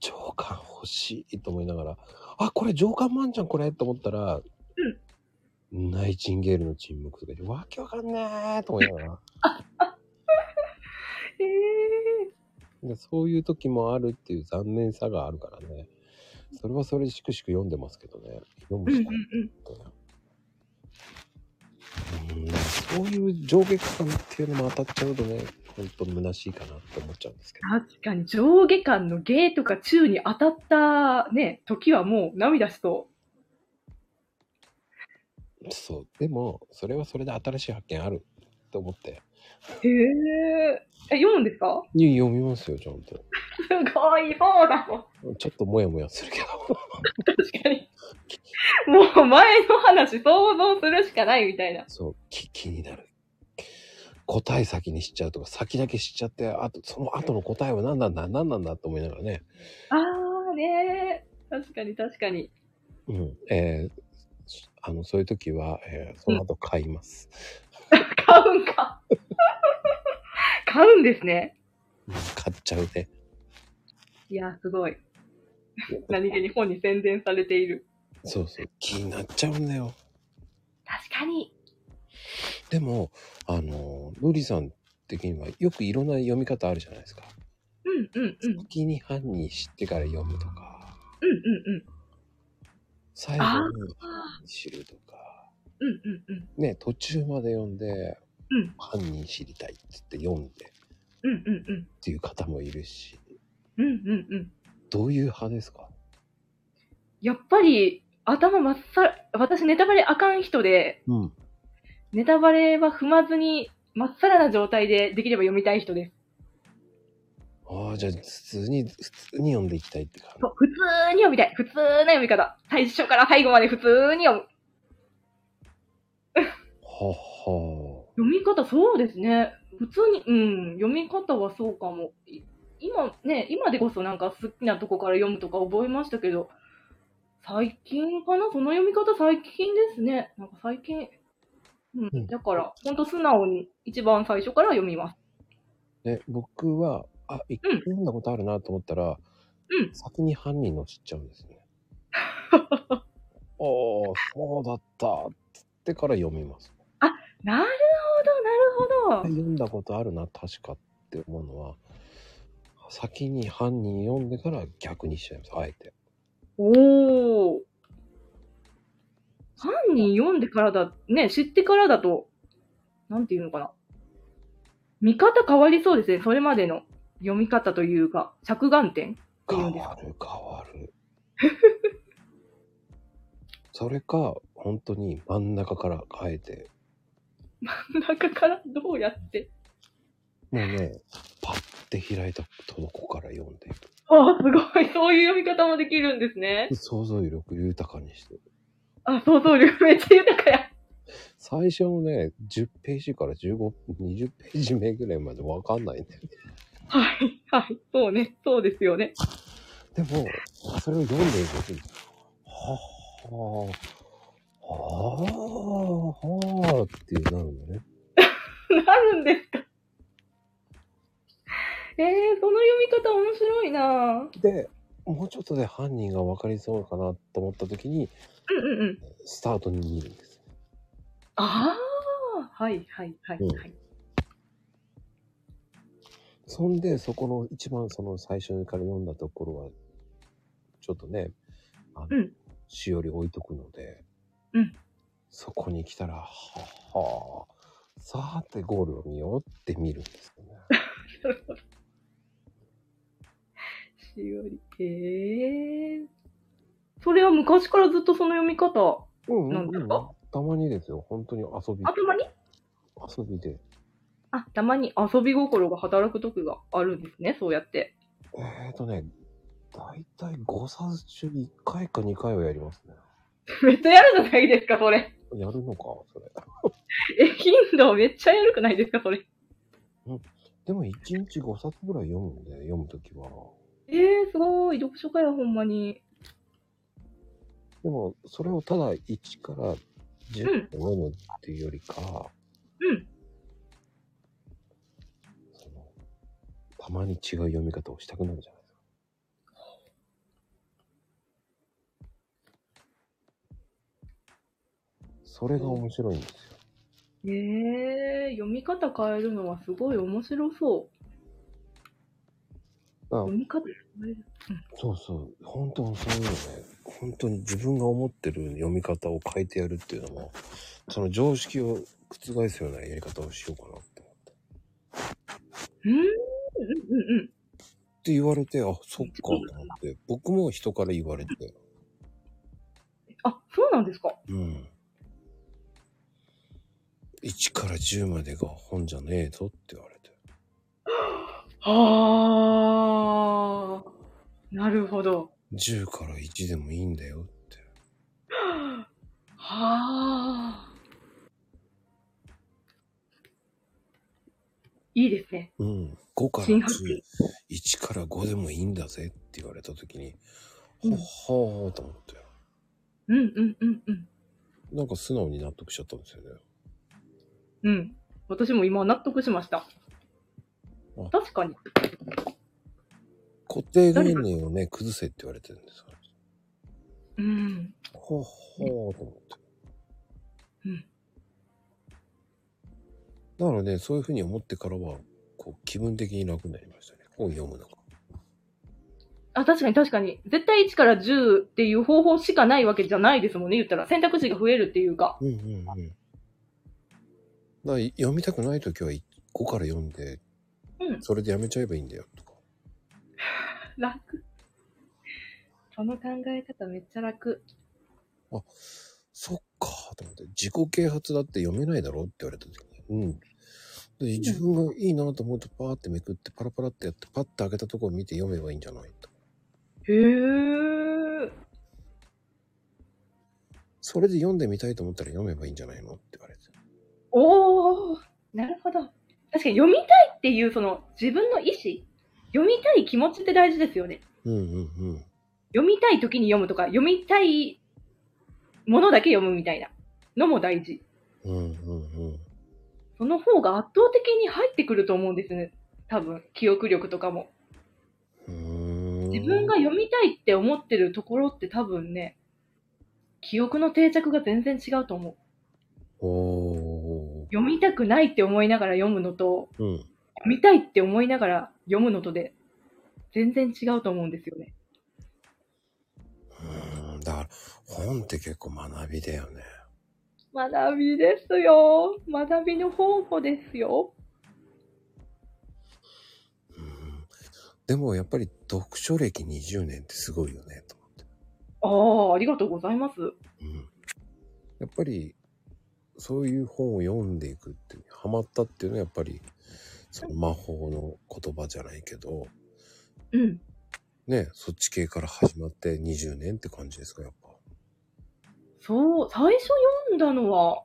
Speaker 1: 上巻欲しいと思いながら、あ、これ上巻マンじゃん、これと思ったら、ナイチンゲールの沈黙とか言って、わけわかんねえと思いなが
Speaker 2: (laughs)
Speaker 1: ら。
Speaker 2: えー、
Speaker 1: でそういう時もあるっていう残念さがあるからね。それはそれでしくしく読んでますけどね。読む
Speaker 2: うんう
Speaker 1: し
Speaker 2: ん
Speaker 1: か
Speaker 2: う
Speaker 1: ない、
Speaker 2: ん。
Speaker 1: うんそういう上下感っていうのも当たっちゃうとね、ほんと虚しいかなって思っちゃうんですけど。
Speaker 2: 確かに上下巻の下とか中に当たったね、時はもう涙しそう。
Speaker 1: そう。でも、それはそれで新しい発見あると思って。
Speaker 2: へえ。え、読むんですか
Speaker 1: に読みますよ、ちゃんと。
Speaker 2: すごい、そうだもん。
Speaker 1: ちょっともやもやするけど。 (laughs)
Speaker 2: 確かに。もう前の話想像するしかないみたいな。
Speaker 1: そう、気気になる。答え先にしちゃうとか、先だけしちゃって、あと、その後の答えは何なんだ、何なんだと思いながらね。
Speaker 2: あーねー。確かに確かに。
Speaker 1: うん。えーあの、そういう時は、えーその後買います。
Speaker 2: 買うんか。買うんですね。
Speaker 1: うん買っちゃうね。
Speaker 2: いやー、すごい。何気に本に宣伝されている。
Speaker 1: そうそう、気になっちゃうんだよ。
Speaker 2: 確かに。
Speaker 1: でも、あの、ルリさん的にはよくいろんな読み方あるじゃないですか。
Speaker 2: うんうんうん。うん
Speaker 1: 先に犯人知ってから読むとか、
Speaker 2: うんうん。
Speaker 1: 最後に
Speaker 2: あ
Speaker 1: 犯人知るとか、
Speaker 2: うんうんうん。
Speaker 1: ね、途中まで読んで、
Speaker 2: うん
Speaker 1: 犯人知りたいって言って読んで
Speaker 2: うんうんうん。
Speaker 1: っていう方もいるし、
Speaker 2: うんうんうん。
Speaker 1: どういう派ですか
Speaker 2: やっぱり頭まっさら、私ネタバレあかん人で、
Speaker 1: うん。
Speaker 2: ネタバレは踏まずに、まっさらな状態でできれば読みたい人です。
Speaker 1: ああ、じゃあ普通に、普通に読んでいきたいって感
Speaker 2: そう普通に読みたい。普通な読み方。最初から最後まで普通に読む。
Speaker 1: じ。はは
Speaker 2: 読み方、そうですね。普通に、うん、読み方はそうかも。い今ね、今でこそなんか好きなとこから読むとか覚えましたけど、最近かなその読み方最近ですね。なんか最近。うん。
Speaker 1: うん
Speaker 2: だから、ほんと素直に一番最初から読みます。
Speaker 1: ね、僕は、あ、一回読んだことあるなと思ったら、
Speaker 2: うん
Speaker 1: 先に犯人の知っちゃうん
Speaker 2: (laughs)
Speaker 1: ですね。おお、そうだった。つってから読みます。
Speaker 2: なるほど、なるほど。
Speaker 1: 読んだことあるな、確かって思うのは、先に犯人読んでから逆にしちゃいます、あえて。
Speaker 2: おお。犯人読んでからだ、ね、知ってからだと、なんていうのかな。見方変わりそうですね。それまでの読み方というか、着眼点。ていう
Speaker 1: 変
Speaker 2: んですか
Speaker 1: わる変わる (laughs) それか本当に真ん中から変えて
Speaker 2: (laughs) 中からどうやって。
Speaker 1: もうねパッて開いたとこから読んでいく
Speaker 2: ああ、すごい。そういう読み方もできるんですね。
Speaker 1: 想像力豊かにして
Speaker 2: あ、想像力めっちゃ豊かや。
Speaker 1: 最初のね10ページから1520ページ目ぐらいまでわかんないね
Speaker 2: はい、はい。そうね。そうですよね。
Speaker 1: でもそれを読んでいくうちにはあはあはあってなるのね
Speaker 2: (laughs) なるんですか。えー、その読み方面白いなぁ
Speaker 1: でもうちょっとで犯人が分かりそうかなと思った時に
Speaker 2: うんうんうん。
Speaker 1: スタートに見るんです。
Speaker 2: ああ、はいはいはいはい。
Speaker 1: そんで、そこの一番その最初から読んだところは、ちょっとね、あの、
Speaker 2: うん
Speaker 1: しおり置いとくので、
Speaker 2: うん
Speaker 1: そこに来たら、はっはーさーてゴールを見ようって見るんですよ
Speaker 2: (laughs)
Speaker 1: ね。
Speaker 2: しおり。へえ。それは昔からずっとその読み方、
Speaker 1: うんう
Speaker 2: なん
Speaker 1: ん
Speaker 2: だ
Speaker 1: うん。
Speaker 2: ろ
Speaker 1: たまにですよ、本当に遊び、
Speaker 2: 頭に
Speaker 1: 遊びで、
Speaker 2: あ、たまに遊び心が働く時があるんですね、そうやって。 (laughs)
Speaker 1: えーとね、だいたい5冊中1回か2回はやりますね。
Speaker 2: めっちゃやるじゃないですか、それ。 (laughs)
Speaker 1: やるのか、それ。
Speaker 2: え、頻度めっちゃやるくないですか、それ。
Speaker 1: でも1日5冊ぐらい読むんで、読むときは。
Speaker 2: えー、すごい。読書家や、ほんまに。
Speaker 1: でも、それをただ1から10個飲むっていうよりか、
Speaker 2: うん。
Speaker 1: そのたまに違う読み方をしたくなるじゃないですか。それが面白いんですよ。
Speaker 2: えー、読み方変えるのはすごい面白そう。
Speaker 1: あ
Speaker 2: 読み方変える。
Speaker 1: そうそう。本当にそういうのね。本当に自分が思ってる読み方を変えてやるっていうのも、その常識を覆すようなやり方をしようかなって。
Speaker 2: うーん、うん、うん、うん。
Speaker 1: って言われて、あ、そっか、と思って。僕も人から言われて。
Speaker 2: あ、そうなんですか。
Speaker 1: うん。 1から10までが本じゃねえぞって言われて。
Speaker 2: ああ、なるほど。
Speaker 1: 10から1でもいいんだよって。
Speaker 2: はあ。いいですね。
Speaker 1: うん。5から
Speaker 2: 新
Speaker 1: 10
Speaker 2: 発見、
Speaker 1: 1から5でもいいんだぜって言われた時に、
Speaker 2: う
Speaker 1: ほ
Speaker 2: ん
Speaker 1: っほーと思って。
Speaker 2: うんうんうんうん。
Speaker 1: なんか素直に納得しちゃったんですよね。
Speaker 2: うん。私も今納得しました。確かに。
Speaker 1: 固定概念をね、崩せって言われてるんですよ。
Speaker 2: うん。
Speaker 1: ほっほーと思って。
Speaker 2: うん
Speaker 1: だからね、そういうふうに思ってからは、こう、気分的に楽になりましたね。本読むのが。
Speaker 2: あ、確かに確かに。絶対1から10っていう方法しかないわけじゃないですもんね、言ったら。選択肢が増えるっていうか。
Speaker 1: うんうんうん。だから読みたくないときは5から読んで、
Speaker 2: うん
Speaker 1: それでやめちゃえばいいんだよとか。
Speaker 2: 楽。その考え方めっちゃ楽。
Speaker 1: そっかーと思って、自己啓発だって読めないだろうって言われたときに。うん。で自分がいいなと思うとパーってめくってパラパラってやってパッて開けたところを見て読めばいいんじゃないと。
Speaker 2: へー。
Speaker 1: それで読んでみたいと思ったら読めばいいんじゃないのって言われて。
Speaker 2: おー。なるほど。確かに読みたいっていう、その自分の意思。読みたい気持ちって大事ですよね。
Speaker 1: うんうんうん。
Speaker 2: 読みたい時に読むとか、読みたいものだけ読むみたいなのも大事。
Speaker 1: うんうんうん。
Speaker 2: その方が圧倒的に入ってくると思うんですね。多分、記憶力とかも。
Speaker 1: うーん
Speaker 2: 自分が読みたいって思ってるところって多分ね、記憶の定着が全然違うと思う。
Speaker 1: おー。
Speaker 2: 読みたくないって思いながら読むのと、
Speaker 1: うん。
Speaker 2: 読みたいって思いながら読むのとで、全然違うと思うんですよね。
Speaker 1: うんだから、本って結構学びだよね。
Speaker 2: 学びですよ。学びの方法ですよ。
Speaker 1: うん。でもやっぱり読書歴20年ってすごいよね、と思って。
Speaker 2: ああ、ありがとうございます。
Speaker 1: うん。やっぱり、そういう本を読んでいくって、ハマったっていうのはやっぱり、その魔法の言葉じゃないけど、
Speaker 2: うん。
Speaker 1: ね、そっち系から始まって20年って感じですか、やっぱ。
Speaker 2: そう、最初読んだのは、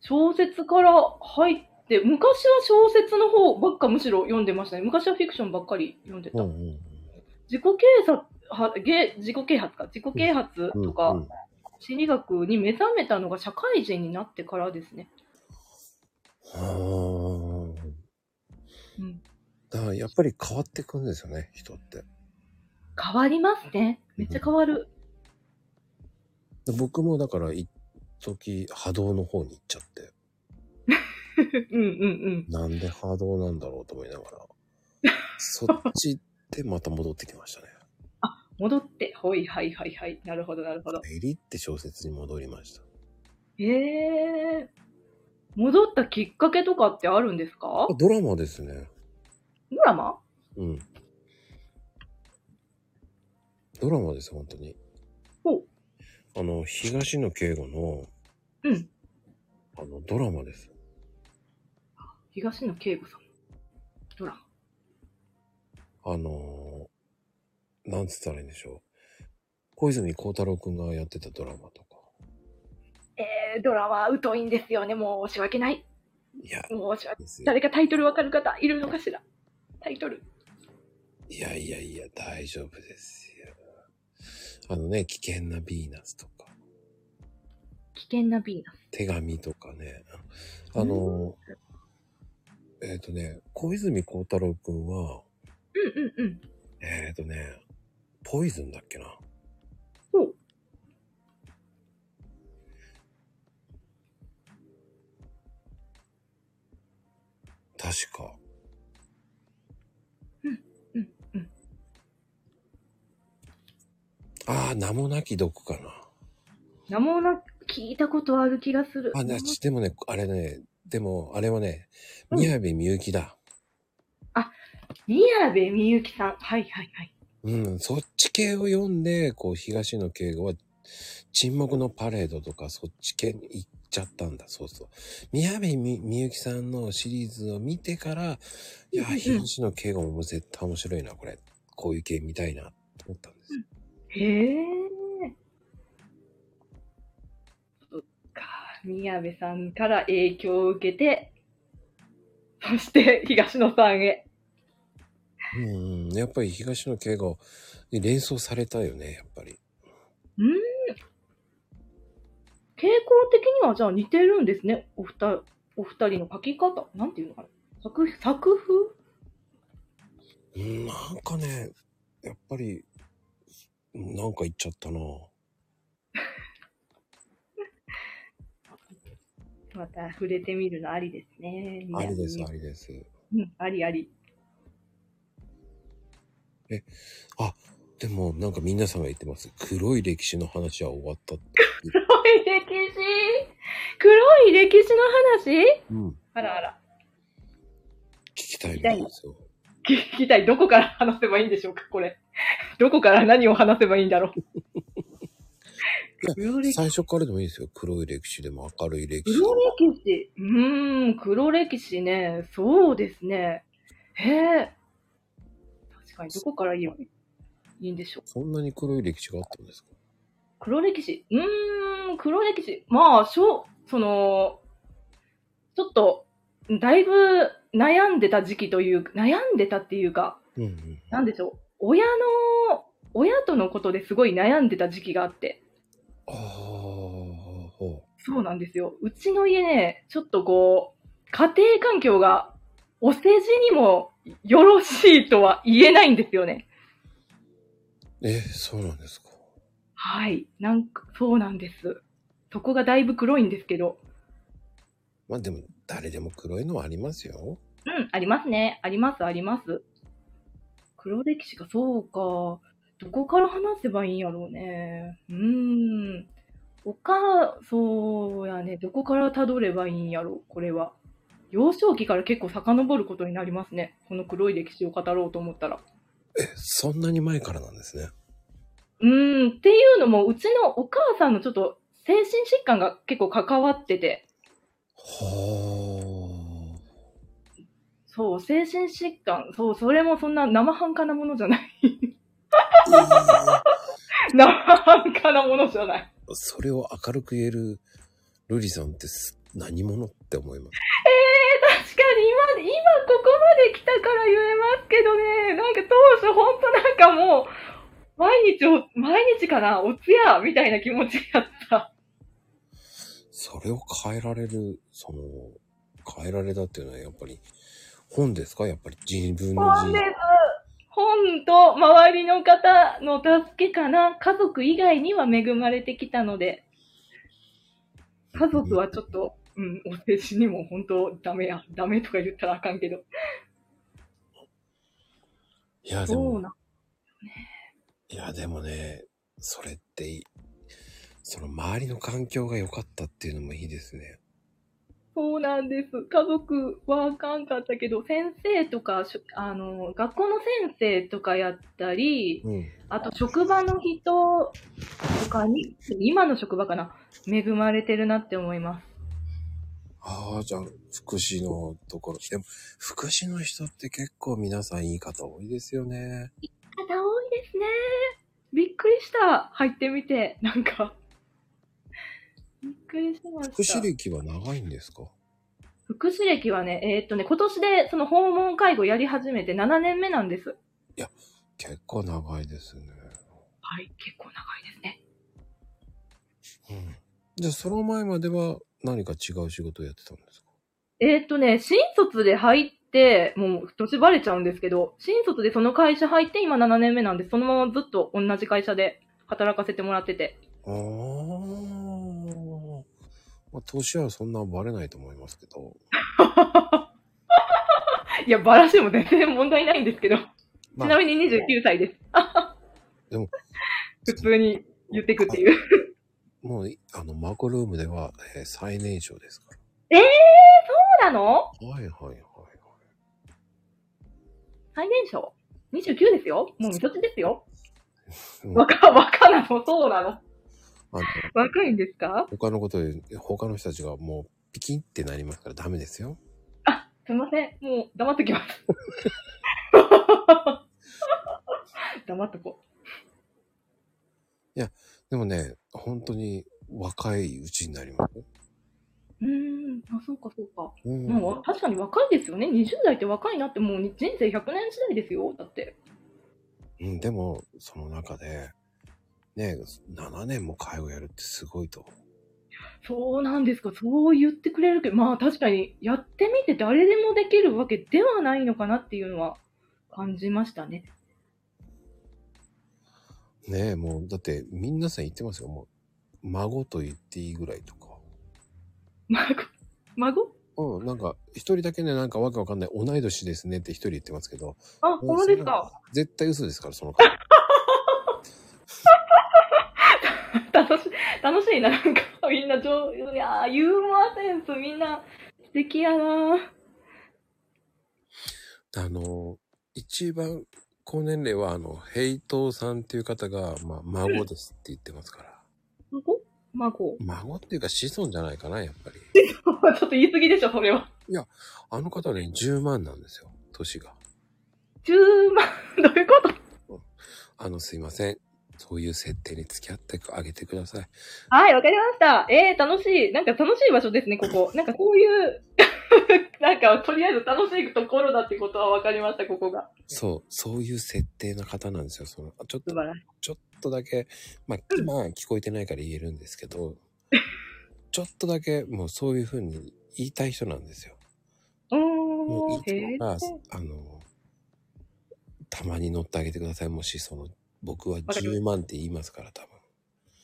Speaker 2: 小説から入って、昔は小説の方ばっかむしろ読んでましたね。昔はフィクションばっかり読んでた。
Speaker 1: うんうん
Speaker 2: 自己啓発はげ自己啓発か自己啓発
Speaker 1: うん。
Speaker 2: とか、
Speaker 1: うんうん
Speaker 2: 心理学に目覚めたのが社会人になってからですね。
Speaker 1: はあ。
Speaker 2: うん、
Speaker 1: だからやっぱり変わってくんですよね、人って。
Speaker 2: 変わりますね。めっちゃ変わる。
Speaker 1: で僕もだから一時波動の方に行っちゃって、
Speaker 2: うんうん
Speaker 1: なんで波動なんだろうと思いな
Speaker 2: (laughs)
Speaker 1: がら、そっちってまた戻ってきましたね。
Speaker 2: うん。戻って、はいはいはいはい。なるほどなるほど。
Speaker 1: エリって小説に戻りました。
Speaker 2: ええー。戻ったきっかけとかってあるんですか
Speaker 1: あドラマですね。
Speaker 2: ドラマ
Speaker 1: うん。ドラマです、本当に。
Speaker 2: ほう
Speaker 1: あの、東野圭吾の、
Speaker 2: うん。
Speaker 1: あの、ドラマです。
Speaker 2: 東野圭吾さん。ドラマ。
Speaker 1: あのーなんつったらいいんでしょう。小泉孝太郎くんがやってたドラマとか。
Speaker 2: えー、ドラマ疎いんですよね。もう申し訳ない。
Speaker 1: いや、
Speaker 2: 申し訳ない。
Speaker 1: ですよ
Speaker 2: 誰かタイトルわかる方いるのかしらタイトル。
Speaker 1: いやいやいや、大丈夫ですよ。あのね、危険なヴィーナスとか、
Speaker 2: 危険なビーナス。
Speaker 1: 手紙とかね。あのーえっ、とね、小泉孝太郎くんは、
Speaker 2: うんうんうん。
Speaker 1: えっ、とね、ポイズンだっけな。
Speaker 2: ほう。
Speaker 1: 確か。
Speaker 2: うんうんうん
Speaker 1: ああ、名もなき毒かな。
Speaker 2: 名もな聞いたことある気がする。
Speaker 1: あ、ね
Speaker 2: 名も、
Speaker 1: でもね、あれね、でも、あれはね、
Speaker 2: うん
Speaker 1: 宮部みゆきだ。
Speaker 2: 宮部みゆきさん。はいはいはい。
Speaker 1: うん、そっち系を読んで、こう、東野圭吾は、沈黙のパレードとか、そっち系に行っちゃったんだ。そうそう。宮部みみゆきさんのシリーズを見てから、いや、
Speaker 2: うんうん
Speaker 1: 東野敬吾も絶対面白いな、これ。こういう系見たいな、と思ったんです。
Speaker 2: へえ。そっか、宮部さんから影響を受けて、そして東野さんへ。
Speaker 1: うん、うん。やっぱり東野敬吾、連想されたよね、やっぱり。
Speaker 2: 傾向的にはじゃあ似てるんですね。お二、お二人の書き方。なんていうのかな。作、作風
Speaker 1: うんなんかね、やっぱり、なんか言っちゃったな。
Speaker 2: また触れてみるのありですね。
Speaker 1: ありです、あ
Speaker 2: ね。
Speaker 1: りです。
Speaker 2: うん、ありあり。
Speaker 1: でも、なんか皆さんが言ってます。黒い歴史の話は終わったって。
Speaker 2: 黒い歴史黒い歴史の話
Speaker 1: うん。聞
Speaker 2: あらあら。
Speaker 1: きたいみたいですよ。
Speaker 2: 聞きたい。どこから話せばいいんでしょうか、これ。どこから何を話せばいいんだろう。黒歴史。
Speaker 1: 最初からでもいいですよ。黒い歴史でも明るい歴史で
Speaker 2: 黒
Speaker 1: も。
Speaker 2: 歴史。うーん、黒歴史ね。そうですね。へえ。確かに、どこからいいのいいんでしょう。
Speaker 1: そんなに黒い歴史があったんですか
Speaker 2: 黒歴史。うーん、黒歴史。まあ、しょ、その、ちょっと、だいぶ悩んでた時期という、悩んでたっていうか、
Speaker 1: うんうん。
Speaker 2: なんでしょう、親の、親とのことですごい悩んでた時期があって、
Speaker 1: ああ、ほ
Speaker 2: そうなんですよ。うちの家ね、ちょっとこう、家庭環境がお世辞にもよろしいとは言えないんですよね。
Speaker 1: うえ、そうなんですか。
Speaker 2: はい。なんか、そうなんです。そこがだいぶ黒いんですけど。
Speaker 1: まあでも、誰でも黒いのはありますよ。
Speaker 2: うん、ありますね。あります、あります。黒歴史か、そうか。どこから話せばいいんやろうね。うーん。お母、そうやね。どこから辿ればいいんやろう、これは。幼少期から結構遡ることになりますね。この黒い歴史を語ろうと思ったら。
Speaker 1: え、そんなに前からなんですね。
Speaker 2: うーん、っていうのも、うちのお母さんのちょっと精神疾患が結構関わってて。
Speaker 1: (laughs) はあ。
Speaker 2: そう、精神疾患。そう、それもそんな生半可なものじゃない。 (laughs) 生半可なものじゃない。
Speaker 1: それを明るく言えるルリさんってす何者って思います。
Speaker 2: 確かに今、今ここまで来たから言えますけどね、なんか当初本当なんかもう、毎日お、毎日かな、おつや、みたいな気持ちやった。
Speaker 1: それを変えられる、その、変えられたっていうのはやっぱり本ですかやっぱり自分の
Speaker 2: 本です。本と周りの方の助けかな、家族以外には恵まれてきたので、家族はちょっと、うん、お世辞にも本当ダメや、ダメとか言ったらあかんけど。
Speaker 1: いや、で
Speaker 2: そう
Speaker 1: も、
Speaker 2: なん。
Speaker 1: いや、でもね、それっていい、その周りの環境が良かったっていうのもいいですね。
Speaker 2: そうなんです。家族はあかんかったけど、先生とか、しょあの、学校の先生とかやったり、
Speaker 1: うん。
Speaker 2: あと職場の人とかに、今の職場かな、恵まれてるなって思います。
Speaker 1: ああ、じゃあ、福祉のところ。でも、福祉の人って結構皆さんいい方多いですよね。
Speaker 2: 方多いですね。びっくりした。入ってみて、なんか。びっくりしました。
Speaker 1: 福祉歴は長いんですか
Speaker 2: 福祉歴はね、えーっとね、今年でその訪問介護やり始めて7年目なんです。
Speaker 1: 結構長いですね。
Speaker 2: はい、結構長いですね。
Speaker 1: うん。じゃあ、その前までは何か違う仕事をやってたんですか
Speaker 2: えーっとね、新卒で入って、もう年バレちゃうんですけど、新卒でその会社入って今7年目なんで、そのままずっと同じ会社で働かせてもらってて。
Speaker 1: あーまあ、年はそんなバレないと思いますけど、
Speaker 2: いや、バラしても全然問題ないんですけど、
Speaker 1: まあ
Speaker 2: ちなみに29歳です。
Speaker 1: (laughs) でも
Speaker 2: 普通に言ってくっていう。
Speaker 1: もうい、あの、マコルームでは、えー最年少ですか
Speaker 2: そうなの
Speaker 1: ら。はいはいはいはい。
Speaker 2: 最年少 ?29 ですよもう見とちですよ
Speaker 1: うん
Speaker 2: 若、若なのそうなの
Speaker 1: あの、
Speaker 2: 若いんですか
Speaker 1: 他のことで、他の人たちがもうピキンってなりますからダメですよ。
Speaker 2: あ、すいません。もう黙っときます。 (laughs) 黙っとこ
Speaker 1: でもね、本当に若いうちになりますよ。
Speaker 2: う。うーん、あ、そうかそうか。
Speaker 1: うん
Speaker 2: まあわ確かに若いですよね。20代って若いなって、もう人生100年時代ですよ。だって。
Speaker 1: うん、でも、その中で、ね、7年も介護やるってすごいと。
Speaker 2: そうなんですか。そう言ってくれるけど、まあ確かにやってみて誰でもできるわけではないのかなっていうのは感じましたね。
Speaker 1: ねもう、だって、みんなさん言ってますよ。もう、孫と言っていいぐらいとか。
Speaker 2: 孫孫
Speaker 1: うん、なんか、一人だけね、なんかわけわかんない、同い年ですねって一人言ってますけど、
Speaker 2: あ、ほんまですか。
Speaker 1: 絶対嘘ですから、その方。
Speaker 2: 楽し楽しいな、なんか、みんな上、いやー、ユーモアセンス、みんな、素敵やなー
Speaker 1: あの、一番高年齢は、あの、ヘイトーさんっていう方が、まあ、孫ですって言ってますから。
Speaker 2: 孫孫。
Speaker 1: 孫っていうか子孫じゃないかな、やっぱり。
Speaker 2: (laughs) ちょっと言い過ぎでしょ、それは。
Speaker 1: あの方ね、10万なんですよ、年が。
Speaker 2: 10万、 (laughs) どういうこと
Speaker 1: あの、すいません。そういう設定に付き合ってあげてください。
Speaker 2: はい、わかりました。えー、楽しい。なんか楽しい場所ですね、ここ。なんかこういう、 (laughs) なんか、とりあえず楽しいところだってことはわかりました、ここが。
Speaker 1: そう、そういう設定の方なんですよ。その、あちょっ
Speaker 2: 素
Speaker 1: と、
Speaker 2: 晴らしい。
Speaker 1: ちょっとだけ、まあ、今は聞こえてないから言えるんですけ
Speaker 2: (laughs)
Speaker 1: ど、ちょっとだけ、もうそういうふうに言いたい人なんですよ。も
Speaker 2: お
Speaker 1: う
Speaker 2: ー、
Speaker 1: 言い
Speaker 2: へ
Speaker 1: たい
Speaker 2: ー。
Speaker 1: 人が、あの、たまに乗ってあげてください。もし、その、僕は
Speaker 2: わかりま
Speaker 1: 10万って言いますから、
Speaker 2: (laughs)
Speaker 1: 多分。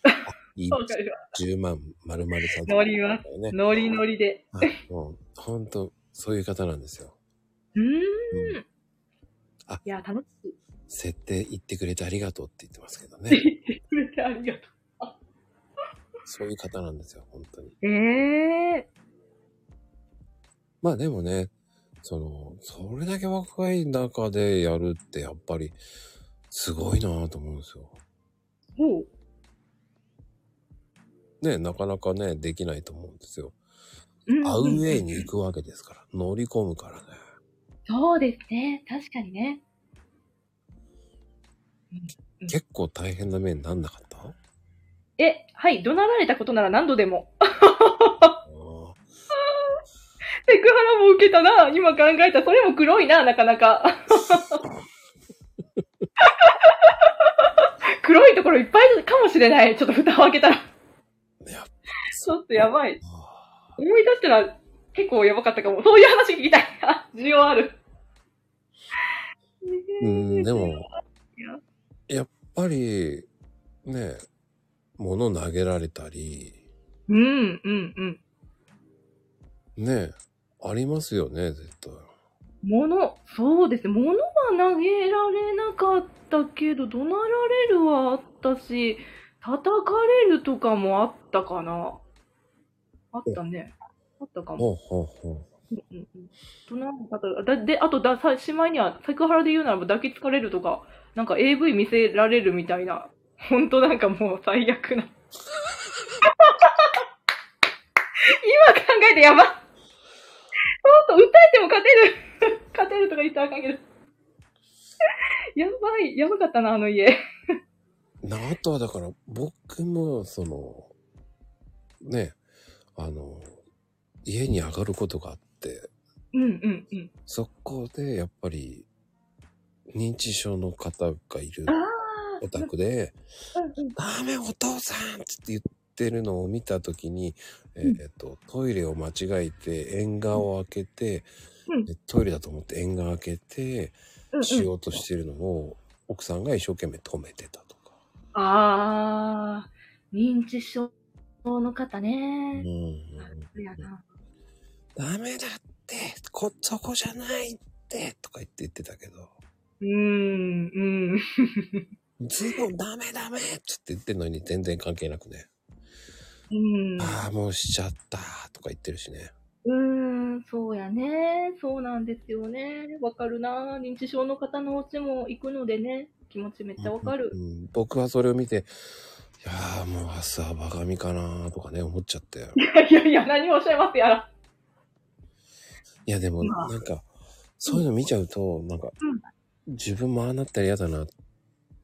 Speaker 1: あいい
Speaker 2: わかりま
Speaker 1: 10万、丸々さん。
Speaker 2: 乗ります
Speaker 1: ね
Speaker 2: す。。ノリノリで。
Speaker 1: はいもう、ほんと、そういう方なんですよ。
Speaker 2: うーん。
Speaker 1: うんあ
Speaker 2: いや、楽しい。
Speaker 1: 設定言ってくれてありがとうって言ってますけ
Speaker 2: (laughs)
Speaker 1: どね。
Speaker 2: くれてありがとう。
Speaker 1: そういう方なんですよ、本当に。
Speaker 2: ええ
Speaker 1: まあでもね、その、それだけ若い中でやるってやっぱり、すごいなぁと思うんですよ。
Speaker 2: ー。ほう。
Speaker 1: ね、なかなかね、できないと思うんですよ。
Speaker 2: うん
Speaker 1: アウェイに行くわけですから、乗り込むからね。
Speaker 2: そうですね。確かにね。
Speaker 1: 結構大変な面になんなかったあ
Speaker 2: え、はい。怒鳴られたことなら何度でも。
Speaker 1: あ
Speaker 2: セクハラも受けたな。今考えた。それも黒いな、なか
Speaker 1: (laughs)
Speaker 2: なか。黒いところいっぱいかもしれない。ちょっと蓋を開けたら。
Speaker 1: やっぱ
Speaker 2: ちょっとやばい。
Speaker 1: あ
Speaker 2: 思い出したら結構やばかったかも。そういう話聞きたい。 (laughs) あ需要ある。
Speaker 1: うん、でも
Speaker 2: や、
Speaker 1: やっぱり、ね、物投げられたり、
Speaker 2: うん、うん、うん。
Speaker 1: ねありますよね、絶対。
Speaker 2: 物、そうですね。物は投げられなかったけど、怒鳴られるはあったし、叩かれるとかもあったかな。あったね。あったかも。
Speaker 1: ほうほうほ
Speaker 2: うんうん怒鳴らなかった。だで、あとだ、さしまいには、セクハラで言うならば抱きつかれるとか、なんか AV 見せられるみたいな、ほんとなんかもう最悪な。今考えてやばい。そうそう、訴えても勝てる。勝てるとか言ったらあかんけど。やばい、やばかったな、あの家。
Speaker 1: う。なあとはだから、僕も、その、ねあの、家に上がることがあって、
Speaker 2: うんうんうん。
Speaker 1: そこで、やっぱり、認知症の方がいる
Speaker 2: あ
Speaker 1: お宅で、
Speaker 2: あ、うんうん。
Speaker 1: ダメお父さんって言ってるのを見た時に、え
Speaker 2: うん
Speaker 1: ーっとトイレを間違えて縁側を開けて、
Speaker 2: うん
Speaker 1: でトイレだと思って縁側開けて
Speaker 2: うん
Speaker 1: し
Speaker 2: うん、
Speaker 1: ようとしてるのを奥さんが一生懸命止めてたとか、
Speaker 2: ああ、認知症の方
Speaker 1: うん
Speaker 2: ね。
Speaker 1: う
Speaker 2: そ
Speaker 1: ん
Speaker 2: やな。
Speaker 1: ダメだってこそこじゃないってとか言って言ってたけど
Speaker 2: うーん、うん。
Speaker 1: ずいぶんダメダメっつって言ってるのに全然関係なくね、
Speaker 2: うん。
Speaker 1: ああもうしちゃったとか言ってるしね
Speaker 2: うーん、そうやね。そうなんですよね。わかるな。認知症の方のお家も行くのでね。気持ちめっちゃわかる
Speaker 1: う。ん僕はそれを見て、やーもう明日はバカみかなーとかね、思っちゃって。
Speaker 2: いやいやいや、何をおっしゃいますやら。
Speaker 1: いやでも、
Speaker 2: まあ
Speaker 1: なんか、そういうの見ちゃうと、なんか、
Speaker 2: うん
Speaker 1: 自分もああなったら嫌だな、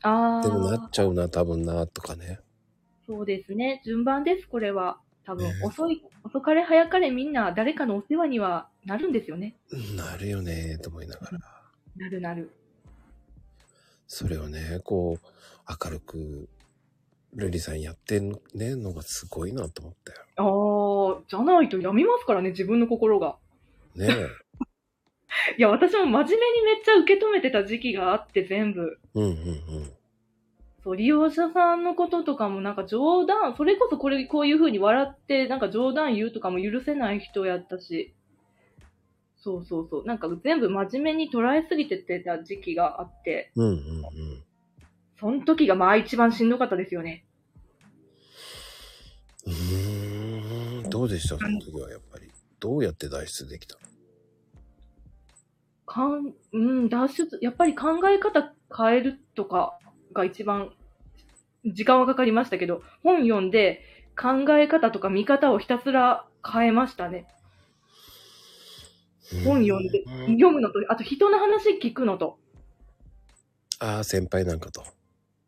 Speaker 2: あ
Speaker 1: でもなっちゃうな、多分な、とかね。
Speaker 2: そうですね。順番です、これは。多分
Speaker 1: ね、
Speaker 2: 遅い、遅かれ早かれみんな誰かのお世話にはなるんですよね。
Speaker 1: なるよねーと思いながら。
Speaker 2: なるなる。
Speaker 1: それをね、こう、明るく、ルリさんやってんね、のがすごいなと思ったよ。
Speaker 2: ああ、じゃないと病みますからね、自分の心が。
Speaker 1: ね
Speaker 2: (laughs)
Speaker 1: え。
Speaker 2: いや、私も真面目にめっちゃ受け止めてた時期があって、全部。
Speaker 1: うんうん
Speaker 2: そう、利用者さんのこととかもなんか冗談、それこそこれ、こういう風に笑って、なんか冗談言うとかも許せない人やったし、そうそうそう、なんか全部真面目に捉えすぎててた時期があって、
Speaker 1: うん。うんうんうん。
Speaker 2: その時がまあ一番しんどかったですよね。
Speaker 1: うーん。どうでしたその時はやっぱり。どうやって脱出できたの
Speaker 2: かん、うん、脱出、やっぱり考え方変えるとかが一番、時間はかかりましたけど、本読んで考え方とか見方をひたすら変えましたね。本読んで
Speaker 1: うーん
Speaker 2: 読むのと、あと人の話聞くのと。
Speaker 1: ああ、先輩なんかと。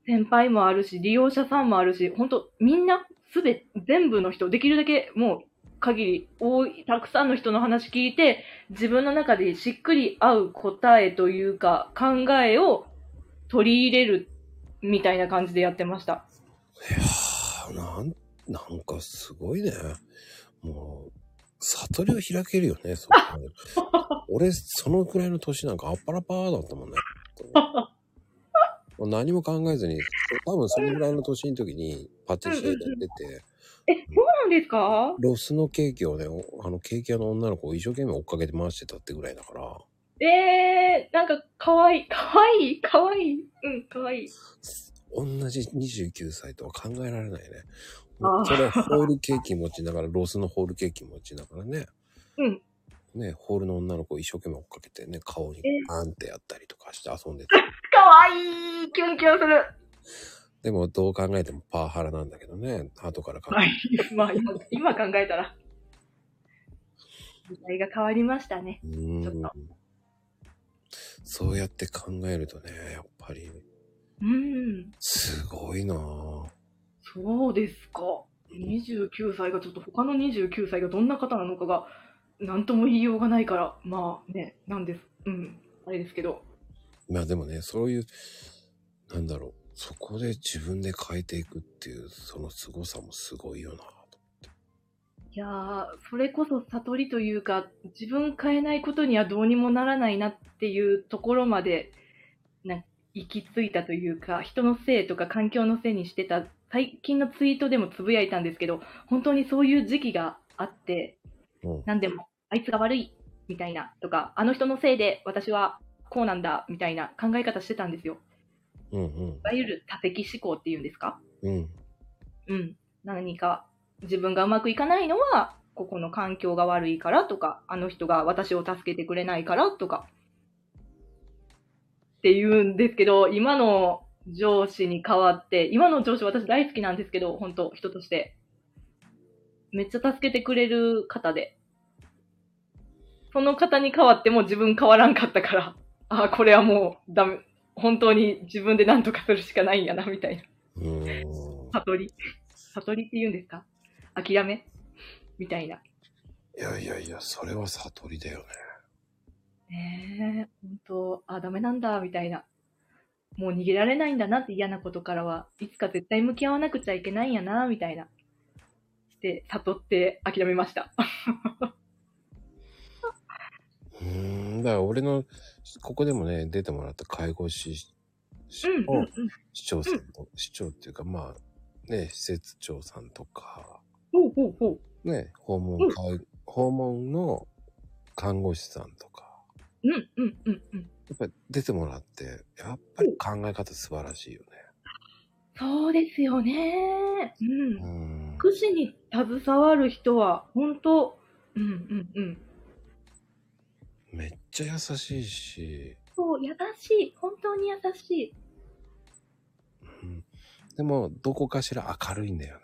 Speaker 2: 先輩もあるし、利用者さんもあるし、本当みんな、すべ、全部の人、できるだけもう、限り、多い、たくさんの人の話聞いて、自分の中でしっくり合う答えというか、考えを取り入れる、みたいな感じでやってました。
Speaker 1: いやーなん、なんかすごいね。もう、悟りを開けるよね、そこ
Speaker 2: (laughs)
Speaker 1: まで俺、そのくらいの年なんかあっぱらぱーだったもんね。もう何も考えずに、多分そのぐらいの年の時にパティシエやってて、
Speaker 2: え、そうなんですか
Speaker 1: ロスのケーキをね、おあのケーキ屋の女の子を一生懸命追っかけて回してたってぐらいだから、
Speaker 2: えー、なんか、かわいい、かわいい、かわいい、うん、かわいい。
Speaker 1: 同じ29歳とは考えられないね
Speaker 2: あ。ー
Speaker 1: それはホールケーキ持ちながら、ロスのホールケーキ持ちながらね。
Speaker 2: うん。
Speaker 1: ね、ホールの女の子を一生懸命追っかけてね、顔に
Speaker 2: え
Speaker 1: パーンってやったりとかして遊ん
Speaker 2: (laughs)
Speaker 1: でた。
Speaker 2: かわいい、キュンキュンする。
Speaker 1: でもどう考えてもパワハラなんだけどね、後から考え
Speaker 2: はい。まあ、今、今考えたら。時代が変わりましたね。
Speaker 1: うーん
Speaker 2: ちょっ
Speaker 1: そうやって考えるとね、やっぱり、
Speaker 2: うん。
Speaker 1: すごいなぁ。
Speaker 2: そうですか。29歳がちょっと他の29歳がどんな方なのかが何とも言いようがないから、まあね、なんです。うん。あれですけど。
Speaker 1: まあでもね、そういう、なんだろう、そこで自分で変えていくっていう、その凄さもすごいよなぁと。
Speaker 2: いやー、それこそ悟りというか、自分変えないことにはどうにもならないなっていうところまで、な行き着いたというか、人のせいとか環境のせいにしてた、最近のツイートでもつぶやいたんですけど、本当にそういう時期があって、
Speaker 1: うん
Speaker 2: 何でも、あいつが悪い、みたいな、とか、あの人のせいで私はこうなんだ、みたいな考え方してたんですよ。
Speaker 1: うん
Speaker 2: いわゆる多責思考っていうんですか
Speaker 1: うん。うん。
Speaker 2: うん、何か自分がうまくいかないのはここの環境が悪いからとかあの人が私を助けてくれないからとかって言うんですけど今の上司に代わって今の上司私大好きなんですけど本当人としてめっちゃ助けてくれる方でその方に代わっても自分変わらんかったからああこれはもうダメ本当に自分で何とかするしかないんやなみたいな。
Speaker 1: うーん。
Speaker 2: 悟り。 (laughs) 悟りって言うんですか諦めみたいな。
Speaker 1: いやいやいや、それは悟りだよね。
Speaker 2: ねえ、本当あ、ダメなんだ、みたいな。もう逃げられないんだなって嫌なことからは、いつか絶対向き合わなくちゃいけないんやな、みたいな。で、悟って諦めました。
Speaker 1: うーん。だから俺の、ここでもね、出てもらった介護士、士
Speaker 2: うん、うん、う
Speaker 1: の
Speaker 2: ん。
Speaker 1: 市長さんと、市長っていうか、まあ、ね、施設長さんとか、
Speaker 2: ほうほうほう。
Speaker 1: ね、訪問、
Speaker 2: うん
Speaker 1: 介訪問の看護師さんとか、
Speaker 2: うん、うん、うん、うん。
Speaker 1: やっぱり出てもらって、やっぱり考え方素晴らしいよね。
Speaker 2: そうですよね。うん
Speaker 1: う。ん。
Speaker 2: 福祉に携わる人は、本当うん、うん、うん。
Speaker 1: めっちゃ優しいし、
Speaker 2: そう、優しい。本当に優しい。
Speaker 1: うん、でも、どこかしら明るいんだよね。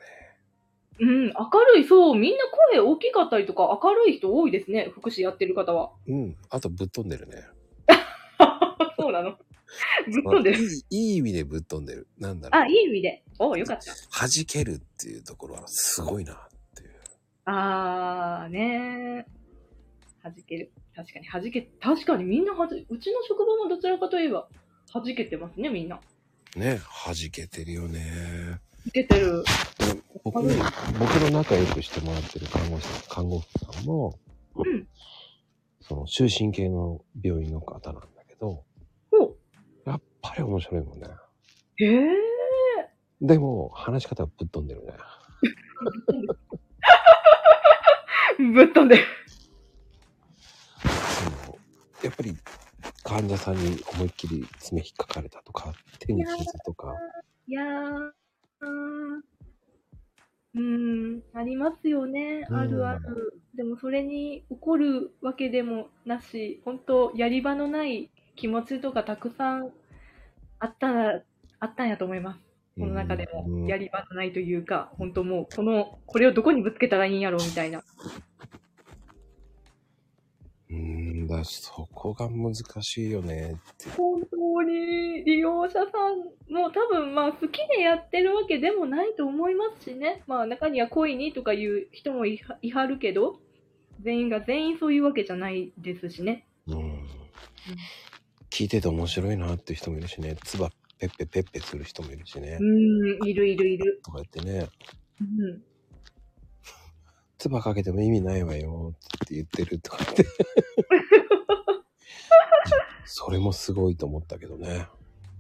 Speaker 2: うん、明るい、そう、みんな声大きかったりとか、明るい人多いですね、福祉やってる方は。 (laughs)
Speaker 1: うん。あと、ぶっ飛んでるね。
Speaker 2: そうなの。ぶっ飛んで
Speaker 1: い
Speaker 2: る。
Speaker 1: いいい意味でぶっ飛んでる。なんだろう
Speaker 2: あ、。いい意味で。およかった。
Speaker 1: 弾けるっていうところはすごいなっていう。
Speaker 2: あー、ねー。弾ける。確かに、弾け、確かにみんなはじ、うちの職場もどちらかといえば、弾けてますね、みんな。
Speaker 1: ね、弾けてるよね。
Speaker 2: 弾けてる。
Speaker 1: 僕、僕の仲良くしてもらってる看護師さん、看護婦さんも、
Speaker 2: うん
Speaker 1: その、終身系の病院の方なんだけど、
Speaker 2: ほう。
Speaker 1: やっぱり面白いもんね。
Speaker 2: へえ。
Speaker 1: でも、話し方はぶっ飛んでるね。
Speaker 2: ー。 (laughs) ぶっ飛んでる。
Speaker 1: そのやっぱり、患者さんに思いっきり爪引っかかれたとか、手に傷とか、
Speaker 2: いやー。うん、ありますよね。
Speaker 1: うん
Speaker 2: あるある。でもそれに怒るわけでもなし、本当やり場のない気持ちとかたくさんあったら、あったんやと思います。この中で
Speaker 1: うん
Speaker 2: も、やり場のないというか、本当もう、この、これをどこにぶつけたらいいんやろうみたいな。
Speaker 1: うーんだ、そこが難しいよねって。
Speaker 2: 本当に利用者さんも多分まあ好きでやってるわけでもないと思いますしね、まあ、中には恋にとかいう人もいはいはるけど全員が全員そういうわけじゃないですしね
Speaker 1: うん。聞いてて面白いなって人もいるしね、唾ペッペペッペする人もいるしね
Speaker 2: う、んいるいるいる、
Speaker 1: とか言ってね、
Speaker 2: うん、
Speaker 1: 唾かけても意味ないわよって言ってるとかって。それもすごいと思ったけどね。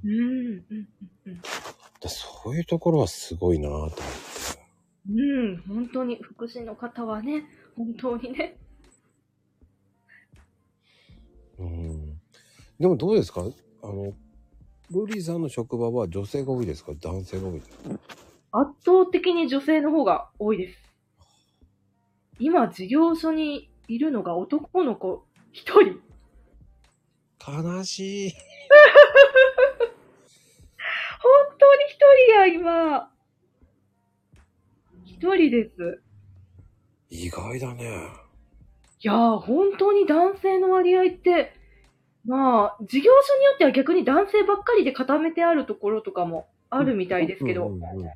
Speaker 2: うんうん
Speaker 1: でそういうところはすごいなと思って。
Speaker 2: うんうん本当に福祉の方はね本当にね
Speaker 1: うん。でもどうですかあの、ロリーさんの職場は女性が多いですか男性が多いですか
Speaker 2: 圧倒的に女性の方が多いです今事業所にいるのが男の子一人
Speaker 1: 悲しい。
Speaker 2: 本当に一人や、今。一人です。
Speaker 1: 意外だね。
Speaker 2: いやー、本当に男性の割合って、まあ、事業所によっては逆に男性ばっかりで固めてあるところとかもあるみたいですけど、う
Speaker 1: うんうん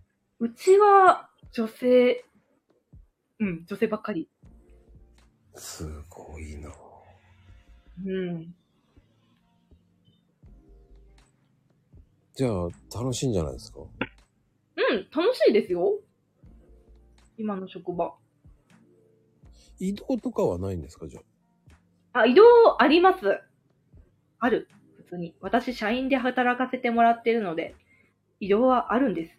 Speaker 1: うん
Speaker 2: ちは女性、うん、女性ばっかり。
Speaker 1: すごいな。
Speaker 2: うん。
Speaker 1: じゃあ、楽しいんじゃないですか
Speaker 2: うん、楽しいですよ。今の職場。
Speaker 1: 移動とかはないんですかじゃあ。
Speaker 2: あ、移動あります。ある。普通に。私、社員で働かせてもらってるので、移動はあるんです。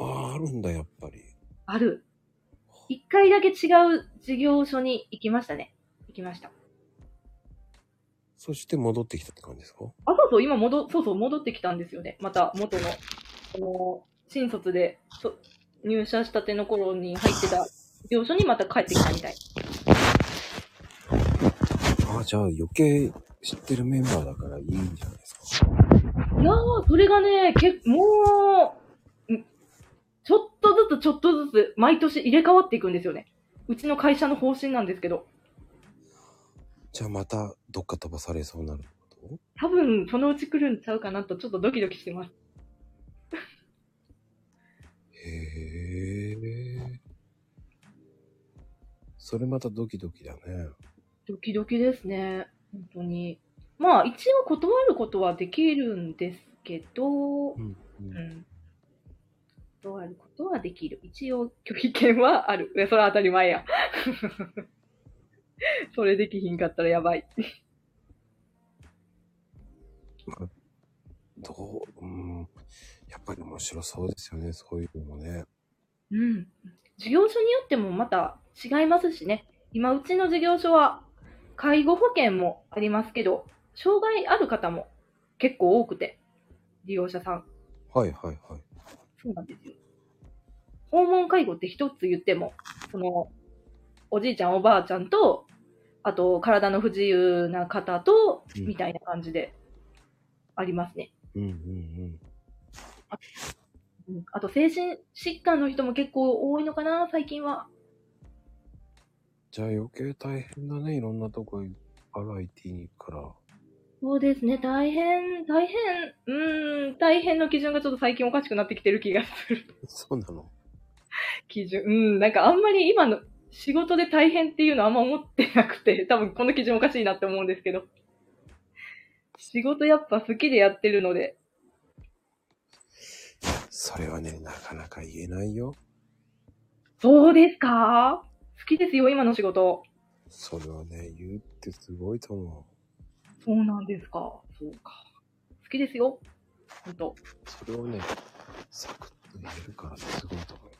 Speaker 1: ああ、あるんだ、やっぱり。
Speaker 2: ある。一回だけ違う事業所に行きましたね。行きました。
Speaker 1: そして戻ってきたって感じですか
Speaker 2: あ、そうそう、今戻、そうそう、戻ってきたんですよね。また元の、その、新卒で、そ入社したての頃に入ってた事業所にまた帰ってきたみたい。
Speaker 1: ああ、じゃあ余計知ってるメンバーだからいいんじゃないですか
Speaker 2: いやー、それがね、けもう、んちょっとずつちょっとずつ、毎年入れ替わっていくんですよね。うちの会社の方針なんですけど、
Speaker 1: じゃあまたどっか飛ばされそうになるってこ
Speaker 2: 多分そのうち来るんちゃうかなと、ちょっとドキドキしてます。
Speaker 1: とへえ。それまたドキドキだね。
Speaker 2: ドキドキですね、本当に。まあ、一応断ることはできるんですけど、うん
Speaker 1: ん。
Speaker 2: 断ることはできる。一応拒否権はある。いやそれは当たり前や。 (laughs) それできひんかったらやばい。
Speaker 1: どう、うん。やっぱり面白そうですよね、そういうのもね。
Speaker 2: うん。事業所によってもまた違いますしね。今、うちの事業所は、介護保険もありますけど、障害ある方も結構多くて、利用者さん。
Speaker 1: はいはいはい。
Speaker 2: そうなんですよ。訪問介護って一つ言っても、その、おじいちゃんおばあちゃんと、あと、体の不自由な方と、
Speaker 1: うん
Speaker 2: みたいな感じで、ありますね。
Speaker 1: うんうんうん。
Speaker 2: うんあと精神疾患の人も結構多いのかな、最近は。
Speaker 1: じゃあ余計大変だね。いろんなとこ、バラエティに行くから。
Speaker 2: そうですね、大変、大変、うーん、大変の基準がちょっと最近おかしくなってきてる気がする。 (laughs)
Speaker 1: そうなの
Speaker 2: 基準、うん、なんかあんまり今の仕事で大変っていうのはあんま思ってなくて、多 (laughs) 分この基準おかしいなって思うんですけど。仕事やっぱ好きでやってるので、
Speaker 1: それはね、なかなか言えないよ。
Speaker 2: そうですか好きですよ、今の仕事。
Speaker 1: それはね、言うってすごいと思
Speaker 2: そうなんですか。そうか。好きですよ。ほんと。
Speaker 1: う。それをね、サクッと言えるからすごいと思う。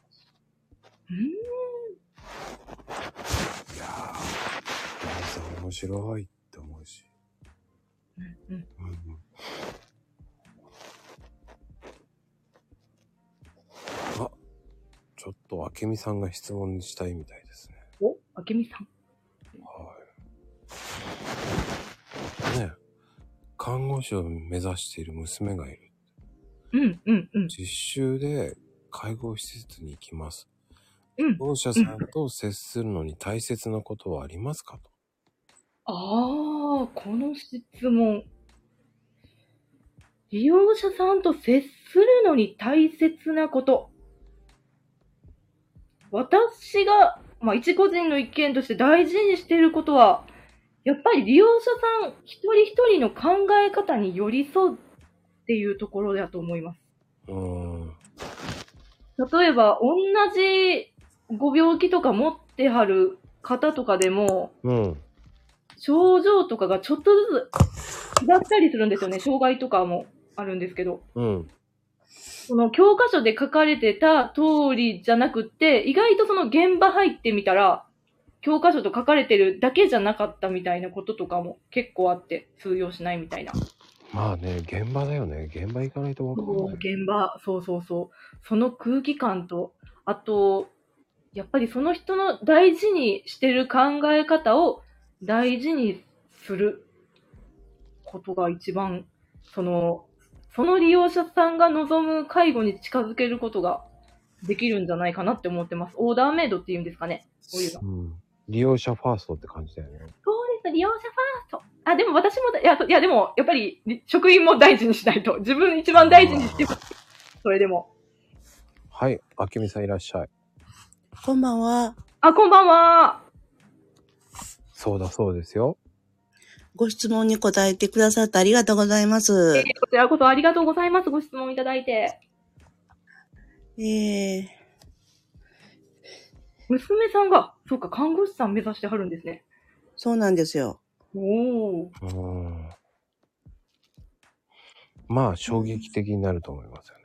Speaker 2: うーん。
Speaker 1: いやー、皆さん面白いって思うし。
Speaker 2: うんうん
Speaker 1: うんうん。あ、ちょっと明美さんが質問したいみたいですね。
Speaker 2: お、あけみさん。
Speaker 1: はい。ねえ看護師を目指している娘がいる。
Speaker 2: うん、うん、うん。
Speaker 1: 実習で介護施設に行きます。
Speaker 2: うん。
Speaker 1: 同社さんと接するのに大切なことはありますかと。
Speaker 2: ああ、この質問。利用者さんと接するのに大切なこと。私が、まあ、一個人の意見として大事にしていることは、やっぱり利用者さん一人一人の考え方に寄り添うっていうところだと思います。
Speaker 1: うーん。
Speaker 2: 例えば、同じご病気とか持ってはる方とかでも、
Speaker 1: うん。
Speaker 2: 症状とかがちょっとずつ違ったりするんですよね。障害とかもあるんですけど。
Speaker 1: うん。
Speaker 2: その教科書で書かれてた通りじゃなくって、意外とその現場入ってみたら、教科書と書かれてるだけじゃなかったみたいなこととかも結構あって、通用しないみたいな。
Speaker 1: まあね、現場だよね。現場行かないとわかん
Speaker 2: そう
Speaker 1: ない。
Speaker 2: 現場、そうそうそう。その空気感と、あと、やっぱりその人の大事にしてる考え方を大事にすることが一番、その、その利用者さんが望む介護に近づけることができるんじゃないかなって思ってます。オーダーメイドっていうんですかね。そういうの。
Speaker 1: うん。利用者ファーストって感じだよね。
Speaker 2: そうです、利用者ファースト。あ、でも私もだ、いや、いやでも、やっぱり、り職員も大事にしないと。自分一番大事にしてます。それでも。
Speaker 1: はい、あけみさんいらっしゃい。
Speaker 3: こんばんは。
Speaker 2: あ、こんばんは。
Speaker 1: そうだそうですよ。
Speaker 3: ご質問に答えてくださってありがとうございます。
Speaker 2: こちらこそありがとうございます。ご質問いただいて。
Speaker 3: えー、
Speaker 2: 娘さんが、そうか、看護師さん目指してはるんですね。
Speaker 3: そうなんですよ。
Speaker 2: おお。
Speaker 1: うーん。まあ、衝撃的になると思いますよ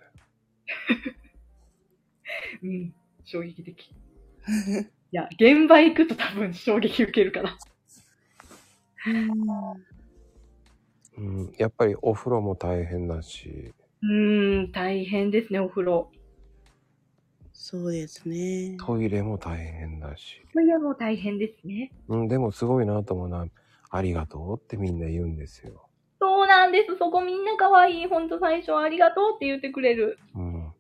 Speaker 1: ね。
Speaker 2: うん。衝撃的。いや、現場行くと多分衝撃受けるから。
Speaker 1: うん、やっぱりお風呂も大変だし、
Speaker 2: うーん、大変ですね、お風呂。
Speaker 3: そうですね。
Speaker 1: トイレも大変だし。
Speaker 2: それはもう大変ですね。
Speaker 1: うん、でもすごいなと思うな。ありがとうってみんな言うんですよ。
Speaker 2: そうなんです。そこみんな可愛い。ほんと最初はありがとうって言ってくれる。
Speaker 1: うん。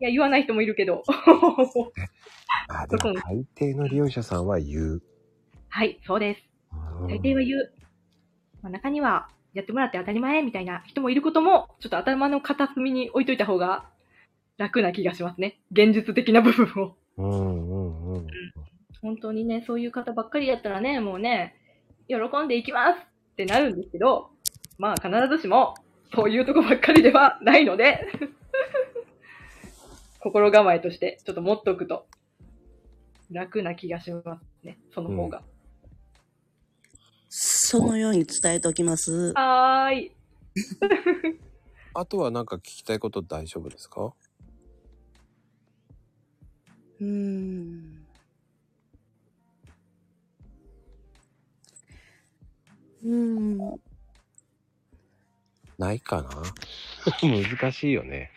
Speaker 2: いや、言わない人もいるけど。 (laughs)
Speaker 1: あ、でも大抵の利用者さんは言う。
Speaker 2: はい、そうです。
Speaker 1: うん
Speaker 2: 大抵は言う。まあ、中には、やってもらって当たり前みたいな人もいることも、ちょっと頭の片隅に置いといた方が楽な気がしますね。現実的な部分を。
Speaker 1: うんうんうん。
Speaker 2: 本当にね、そういう方ばっかりだったらね、もうね、喜んでいきますってなるんですけど、まあ必ずしも、そういうとこばっかりではないので、 (laughs) 心構えとして、ちょっと持っておくと、楽な気がしますね、その方が。
Speaker 3: そのように伝えておきます。
Speaker 2: はーい。
Speaker 1: あとはなんか聞きたいこと大丈夫ですか
Speaker 3: うーん。うーん。
Speaker 1: ないかな (laughs) 難しいよね。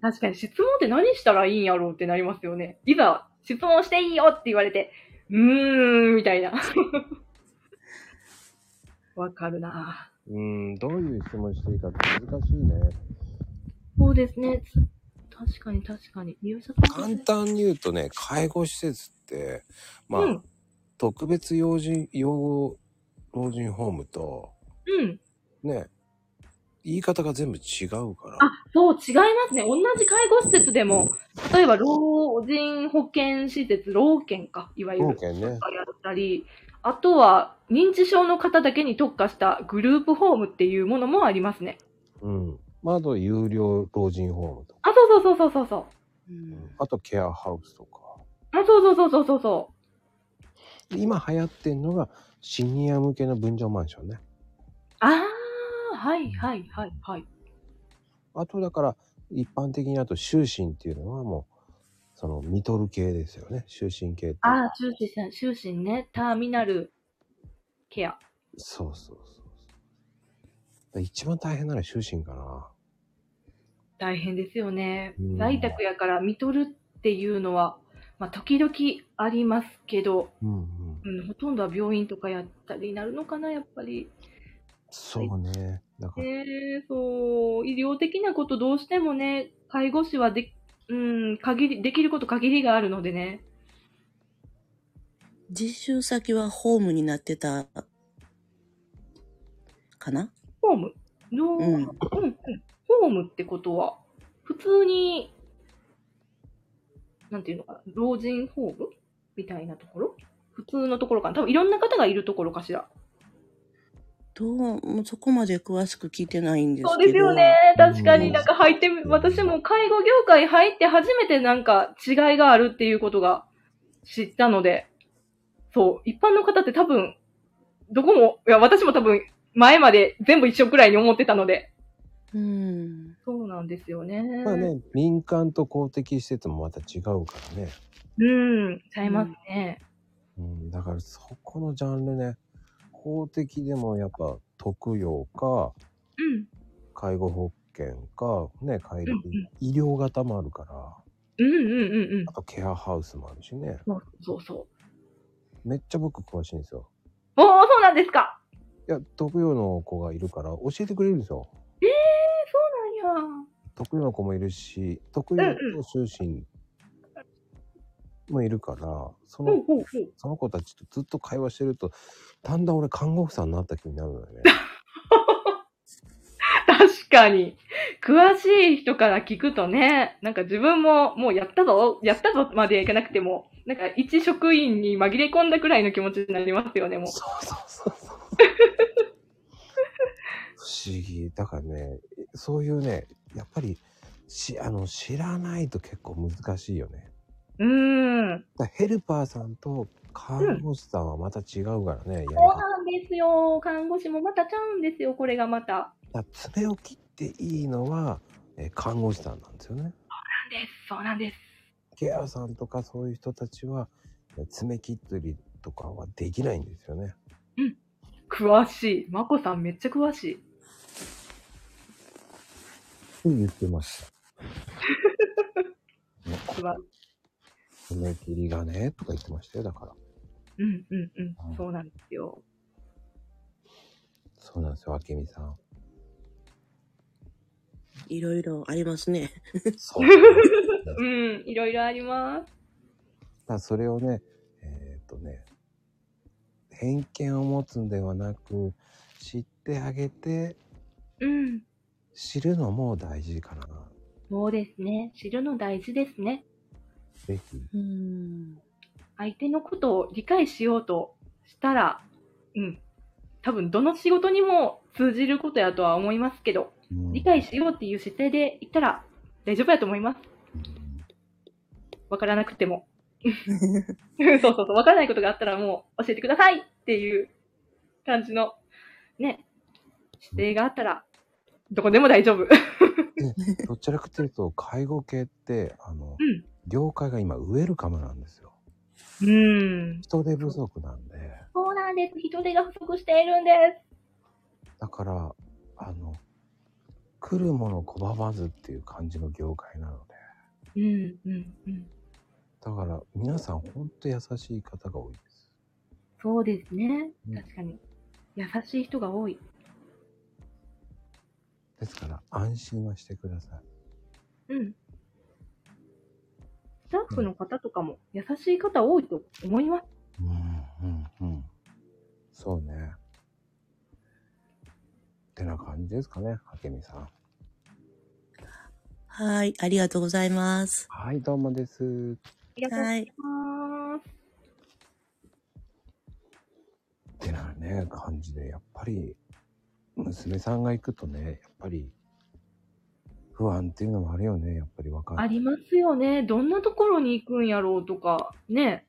Speaker 2: 確かに質問って何したらいいんやろうってなりますよね。いざ、質問していいよって言われて、うーん、みたいな。 (laughs) わかるなぁ
Speaker 1: うん、どういう質問していいか難しいね。
Speaker 2: そうですね。確かに確かに。入社とか
Speaker 1: 簡単に言うとね、介護施設って、まあ、
Speaker 2: うん
Speaker 1: 特別養人、養護老人ホームと、
Speaker 2: うん。
Speaker 1: ね、言い方が全部違うから。
Speaker 2: あ、そう、違いますね。同じ介護施設でも、例えば、老人保健施設、老健か、いわゆ
Speaker 1: 保
Speaker 2: る。
Speaker 1: 険ね。
Speaker 2: やったり、あとは、認知症の方だけに特化したグループホームっていうものもありますね。
Speaker 1: うん。まあ、あと有料老人ホームとか、
Speaker 2: あ、そうそうそうそうそうそう。
Speaker 3: うん
Speaker 1: あとケアハウスとか。
Speaker 2: あ、そうそうそうそうそうそ
Speaker 1: 今流行ってんのがシニア向けの分譲マンションね。
Speaker 2: う。あー、はいはいはいはい。
Speaker 1: あとだから一般的にあと就寝っていうのはもうそのミトル系ですよね。就寝系って。
Speaker 2: あー、終始さん、終始ね、ターミナルケア。
Speaker 1: そうそうそうそう。一番大変なのは就寝かな。
Speaker 2: 大変ですよね
Speaker 1: うん。
Speaker 2: 在宅やから見とるっていうのは、まあ、時々ありますけど、
Speaker 1: うんうん。
Speaker 2: うん、ほとんどは病院とかやったりなるのかな、やっぱり。
Speaker 1: そうね。だから、
Speaker 2: ねえそう、医療的なことどうしてもね、介護士はで、うん、限り、できること限りがあるのでね。
Speaker 3: 実習先はホームになってた、かな
Speaker 2: ホームの、
Speaker 3: う
Speaker 2: うん、うんん、ホームってことは、普通に、なんていうのかな、老人ホームみたいなところ普通のところかな多分いろんな方がいるところかしら。
Speaker 3: どう、もうそこまで詳しく聞いてないんですけど。
Speaker 2: そうですよね。確か
Speaker 1: うん
Speaker 2: になんか入ってみ、私も介護業界入って初めてなんか違いがあるっていうことが知ったので、そう、一般の方って多分、どこも、いや、私も多分前まで全部一緒くらいに思ってたので。
Speaker 3: うん。
Speaker 2: そうなんですよね。
Speaker 1: まあね、民間と公的施設もまた違うからね。
Speaker 2: うん、ちゃいますね。
Speaker 1: うん、だからそこのジャンルね、法的でもやっぱ特養か、
Speaker 2: うん。
Speaker 1: 介護保険か、ね、介護、
Speaker 2: うんうん
Speaker 1: 医療型もあるから、
Speaker 2: うんうんうんうん
Speaker 1: あ。とケアハウスもあるしね。
Speaker 2: そうそうそう。
Speaker 1: めっちゃ僕詳しいんですよ。
Speaker 2: おーそうなんですか。
Speaker 1: いや、特養の子がいるから教えてくれるんですよ。
Speaker 2: いやー
Speaker 1: 特養の子もいるし、特養と終身もいるから、そ
Speaker 2: ほう
Speaker 1: の、
Speaker 2: ほうほう。
Speaker 1: その子たちとずっと会話してると、だんだん俺看護婦さんになった気になるのよね。
Speaker 2: 確かに。詳しい人から聞くとね、なんか自分ももうやったぞ、やったぞまでいかなくても、なんか一職員に紛れ込んだくらいの気持ちになりますよね、もう。
Speaker 1: そうそうそうそう。不思議。だからね、そういうね、やっぱり、し、あの、知らないと結構難しいよね。
Speaker 2: うーん。
Speaker 1: だからヘルパーさんと看護師さんはまた違うからね、やり
Speaker 2: そう
Speaker 1: 方。
Speaker 2: なんですよ。看護師もまたちゃうんですよ、これがまた。
Speaker 1: だから爪を切っていいのは、えー看護師さんなんですよね。
Speaker 2: なんです、そうなんです。
Speaker 1: ケアさんとかそういう人たちは、えー爪切ったりとかはできないんですよね。
Speaker 2: 詳しい。まこさんめっちゃ詳しい。
Speaker 1: って言ってま
Speaker 2: (laughs)
Speaker 1: した。ね
Speaker 2: 素晴らしい
Speaker 1: 爪切りがね、とか言ってましたよ、だから。
Speaker 2: うんうんう
Speaker 1: うん
Speaker 2: ん。そうなんですよ。
Speaker 1: そうなんですよ、あけみさん。
Speaker 3: いろいろありますね。
Speaker 1: そう。
Speaker 2: (laughs)
Speaker 1: だ
Speaker 2: うん、いろいろあります。
Speaker 1: からそれをね、えーっとね、偏見を持つんではなく、知ってあげて、
Speaker 2: うん。
Speaker 1: 知るのも大事かな。
Speaker 2: そうですね。知るの大事ですね。
Speaker 1: ぜひ。
Speaker 3: うん。
Speaker 2: 相手のことを理解しようとしたら、うん。多分、どの仕事にも通じることやとは思いますけど、
Speaker 1: うん
Speaker 2: 理解しようっていう姿勢でいったら大丈夫やと思います。
Speaker 1: うん
Speaker 2: わからなくても。 (laughs) そうそうそう。わからないことがあったらもう教えてくださいっていう感じの、ね、姿勢があったら、どこでも大丈夫。
Speaker 1: どちらかというと、介護系って、あの、
Speaker 2: うん
Speaker 1: 業界が今、ウェルカムなんですよ。
Speaker 2: うん。
Speaker 1: 人手不足なんで。
Speaker 2: そうなんです。人手が不足しているんです。
Speaker 1: だから、あの、来るもの拒まずっていう感じの業界なので。
Speaker 2: うん、うん、うん。
Speaker 1: だから、皆さん、ほんと優しい方が多いです。
Speaker 2: そうですね
Speaker 1: う。ん
Speaker 2: 確かに。優しい人が多い。
Speaker 1: ですから、安心はしてください。
Speaker 2: うん。スタッフの方とかも優しい方多いと思います。
Speaker 1: うんうんうん。そうね。ってな感じですかね、はけみさん。
Speaker 3: はい、ありがとうございます。
Speaker 1: はい、どうもです。
Speaker 2: ありがとうござ
Speaker 3: はいい。
Speaker 2: ます。
Speaker 1: ってなね、感じで、やっぱり、娘さんが行くとね、やっぱり、不安っていうのもあるよね、やっぱりわか
Speaker 2: あ
Speaker 1: る。
Speaker 2: りますよね。どんなところに行くんやろうとか、ね、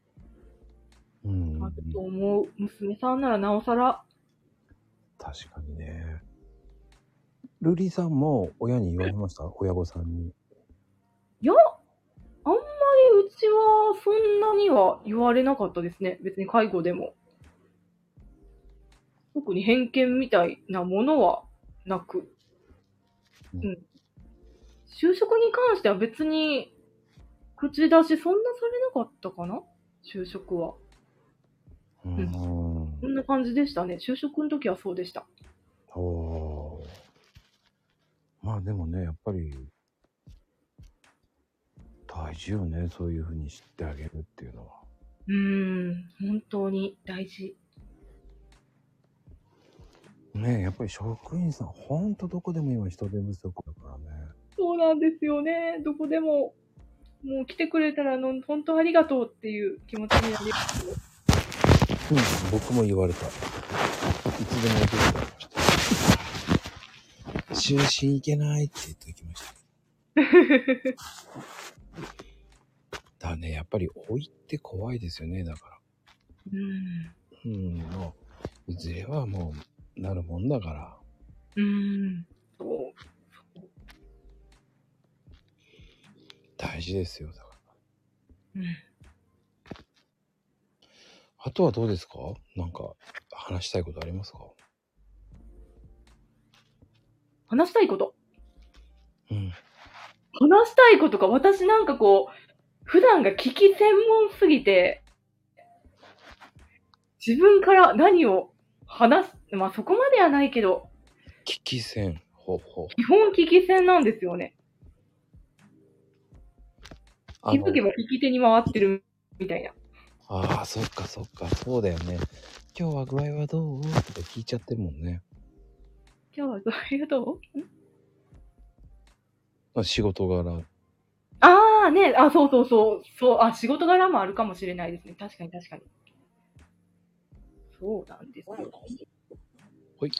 Speaker 1: うん
Speaker 2: あ。ると思う。娘さんならなおさら。
Speaker 1: 確かにね。ルリさんも親に言われました親御さんに。
Speaker 2: えうちはそんなには言われなかったですね。別に介護でも。特に偏見みたいなものはなく。
Speaker 1: う
Speaker 2: うんん。就職に関しては別に口出しそんなされなかったかな就職は。
Speaker 1: うんん
Speaker 2: こんな感じでしたね。就職の時はそうでした。
Speaker 1: おーまあでもねやっぱり大事よねそういうふうに知ってあげるっていうのは
Speaker 2: うーん。本当に大事。
Speaker 1: ねえやっぱり職員さんほんとどこでも今人手不足だからね
Speaker 2: そうなんですよね。どこでも、もう来てくれたら、あの、本当ありがとうっていう気持ちになります。
Speaker 1: うん僕も言われたいつでも行けるから終身行けないって言っておきましただか
Speaker 2: (laughs)
Speaker 1: らねやっぱり老いって怖いですよねだから
Speaker 2: うん。
Speaker 1: うん、もう、いずれはもう、なるもんだから。
Speaker 2: うん。そ
Speaker 1: 大事ですよ、だから。
Speaker 2: う。うん。
Speaker 1: あとはどうですかなんか、話したいことありますか
Speaker 2: 話したいこと。
Speaker 1: うん。
Speaker 2: 話したいことか、私なんかこう、普段が聞き専門すぎて、自分から何を話す、まあそこまではないけど、
Speaker 1: 危機戦。ほうほう。
Speaker 2: 基本聞き専なんですよね。
Speaker 1: あ
Speaker 2: 気づけ
Speaker 1: の
Speaker 2: ば聞き手に回ってるみたいな。
Speaker 1: あー、そっかそっか、そうだよね。今日は具合はどうとか聞いちゃってるもんね。
Speaker 2: 今日はどういうと
Speaker 1: まあ仕事柄。
Speaker 2: ああね、あ、そうそうそう、そう、あ、仕事柄もあるかもしれないですね。確かに確かに。そうなんですよ。
Speaker 1: ほい。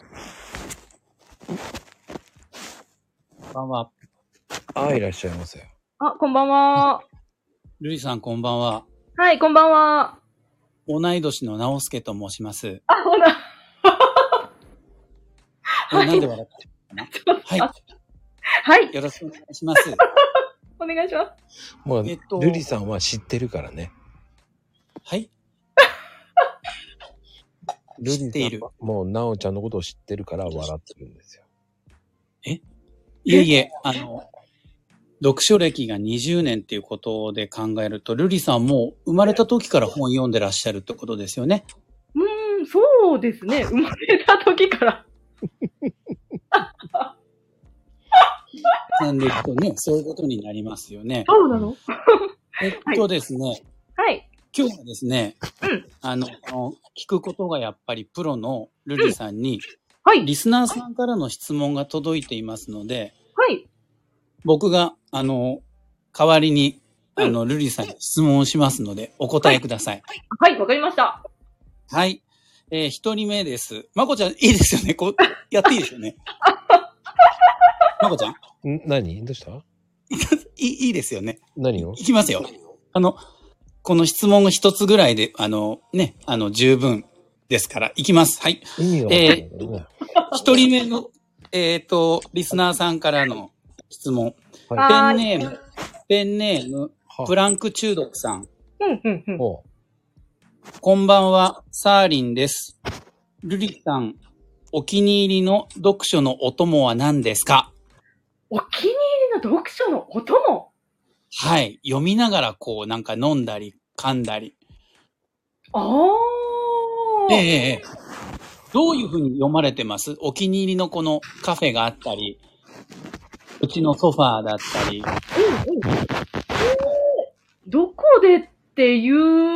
Speaker 1: こんばんは。あー、いらっしゃいませ。
Speaker 2: あ、こんばんは。
Speaker 4: ルイさんこんばんは。
Speaker 2: はい、こんばんは。
Speaker 4: 同い年の直輔と申します。
Speaker 2: あ、ほら、
Speaker 4: えなんで笑ってるのかなは
Speaker 2: はい
Speaker 4: い。、よろしくお願いします。
Speaker 2: お願いします。
Speaker 1: まあ、
Speaker 4: えっと
Speaker 1: ルリさんは知ってるからね。
Speaker 4: はい。
Speaker 1: ルリ
Speaker 4: 知っている
Speaker 1: さんはもう、なおちゃんのことを知ってるから笑ってるんですよ。
Speaker 4: いえいえ、あの、読書歴が20年っていうことで考えると、ルリさんもう生まれた時から本読んでらっしゃるってことですよね。
Speaker 2: うーん、そうですね。生まれた時から。
Speaker 4: なんでいくとね、そういうことになりますよね。
Speaker 2: そうなの
Speaker 4: えっとですね、
Speaker 2: はい。
Speaker 4: 今日はですね、あの、聞くことがやっぱりプロのルリさんに、
Speaker 2: はい。
Speaker 4: リスナーさんからの質問が届いていますので、
Speaker 2: はい。
Speaker 4: 僕が、あの、代わりに、
Speaker 2: うん
Speaker 4: あの、ルリさんに質問をしますので、お答えください。
Speaker 2: はい、わかりました。
Speaker 4: はい。えー一人目です。まこちゃん、いいですよね。こう、やっていいですよね。 (laughs) まこちゃん、
Speaker 1: ん何どうした
Speaker 4: いい、いいですよね。
Speaker 1: 何を
Speaker 4: いきますよ。あの、この質問が一つぐらいで、あの、ね、あの、十分ですから、いきます。はい。
Speaker 1: 意味がわかんないけどね。
Speaker 4: 一人目の、えっ、と、リスナーさんからの質問。
Speaker 1: はい
Speaker 2: は
Speaker 4: ペ
Speaker 2: ー
Speaker 4: ン
Speaker 2: い
Speaker 4: ネーム、ペンネーム、
Speaker 1: は
Speaker 4: プランク中毒さん。
Speaker 2: うん、うん、うん。
Speaker 1: ほう
Speaker 4: こんばんは、サーリンです。ルリさん、お気に入りの読書のお供は何ですか
Speaker 2: お気に入りの読書のお供。
Speaker 4: はい。読みながらこう、なんか飲んだり、噛んだり。
Speaker 2: ああ。
Speaker 4: ええええええどういうふうに読まれてますお気に入りのこのカフェがあったり、うちのソファーだったり。
Speaker 2: うんうん。えーどこでってい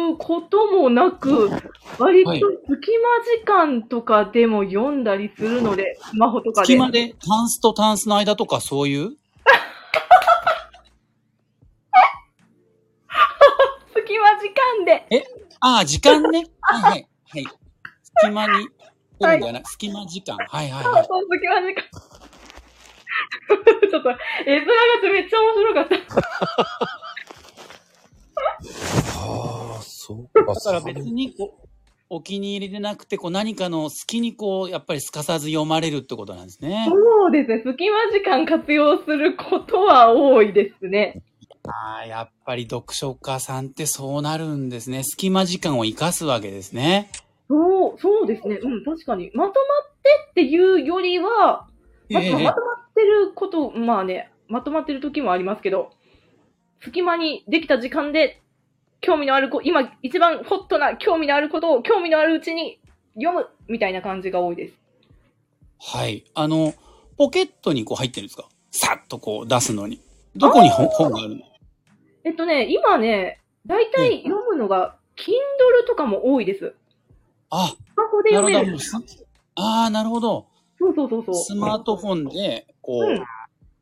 Speaker 2: うこともなく、割と
Speaker 4: はい
Speaker 2: 隙間時間とかでも読んだりするので、スマホとかで。
Speaker 4: 隙間で、タンスとタンスの間とかそういう
Speaker 2: 隙間時間で。
Speaker 4: ああ、時間ね。はいはい。はい。隙間に、本ではない。隙間時間。はいはい
Speaker 2: そう
Speaker 4: はい。
Speaker 2: そう、隙間時間。 (laughs) ちょっと、絵面がめっちゃ面白かった。
Speaker 1: はあ、そうか。
Speaker 4: だから別にこう、お気に入りでなくて、こう何かの隙にこう、やっぱりすかさず読まれるってことなんですね。
Speaker 2: そうですね。隙間時間活用することは多いですね。
Speaker 4: ああ、やっぱり読書家さんってそうなるんですね。隙間時間を生かすわけですね。
Speaker 2: そう、そうですね。うん、確かに。まとまってっていうよりは、まあ
Speaker 4: ええ
Speaker 2: まあまとまってること、まあね、まとまってる時もありますけど、隙間にできた時間で、興味のあるこ、今一番ホットな興味のあることを興味のあるうちに読むみたいな感じが多いです。
Speaker 4: はい。あの、ポケットにこう入ってるんですかさっとこう出すのに。どこに本本があるの
Speaker 2: えっとね、今ね、大体読むのが、Kindle とかも多いです。
Speaker 4: あ、
Speaker 2: スマホで
Speaker 4: な
Speaker 2: 読
Speaker 4: る
Speaker 2: める
Speaker 4: ほど。。ああ、なるほど。
Speaker 2: そうそうそうそう。
Speaker 4: スマートフォンで、こ
Speaker 2: う、
Speaker 4: うん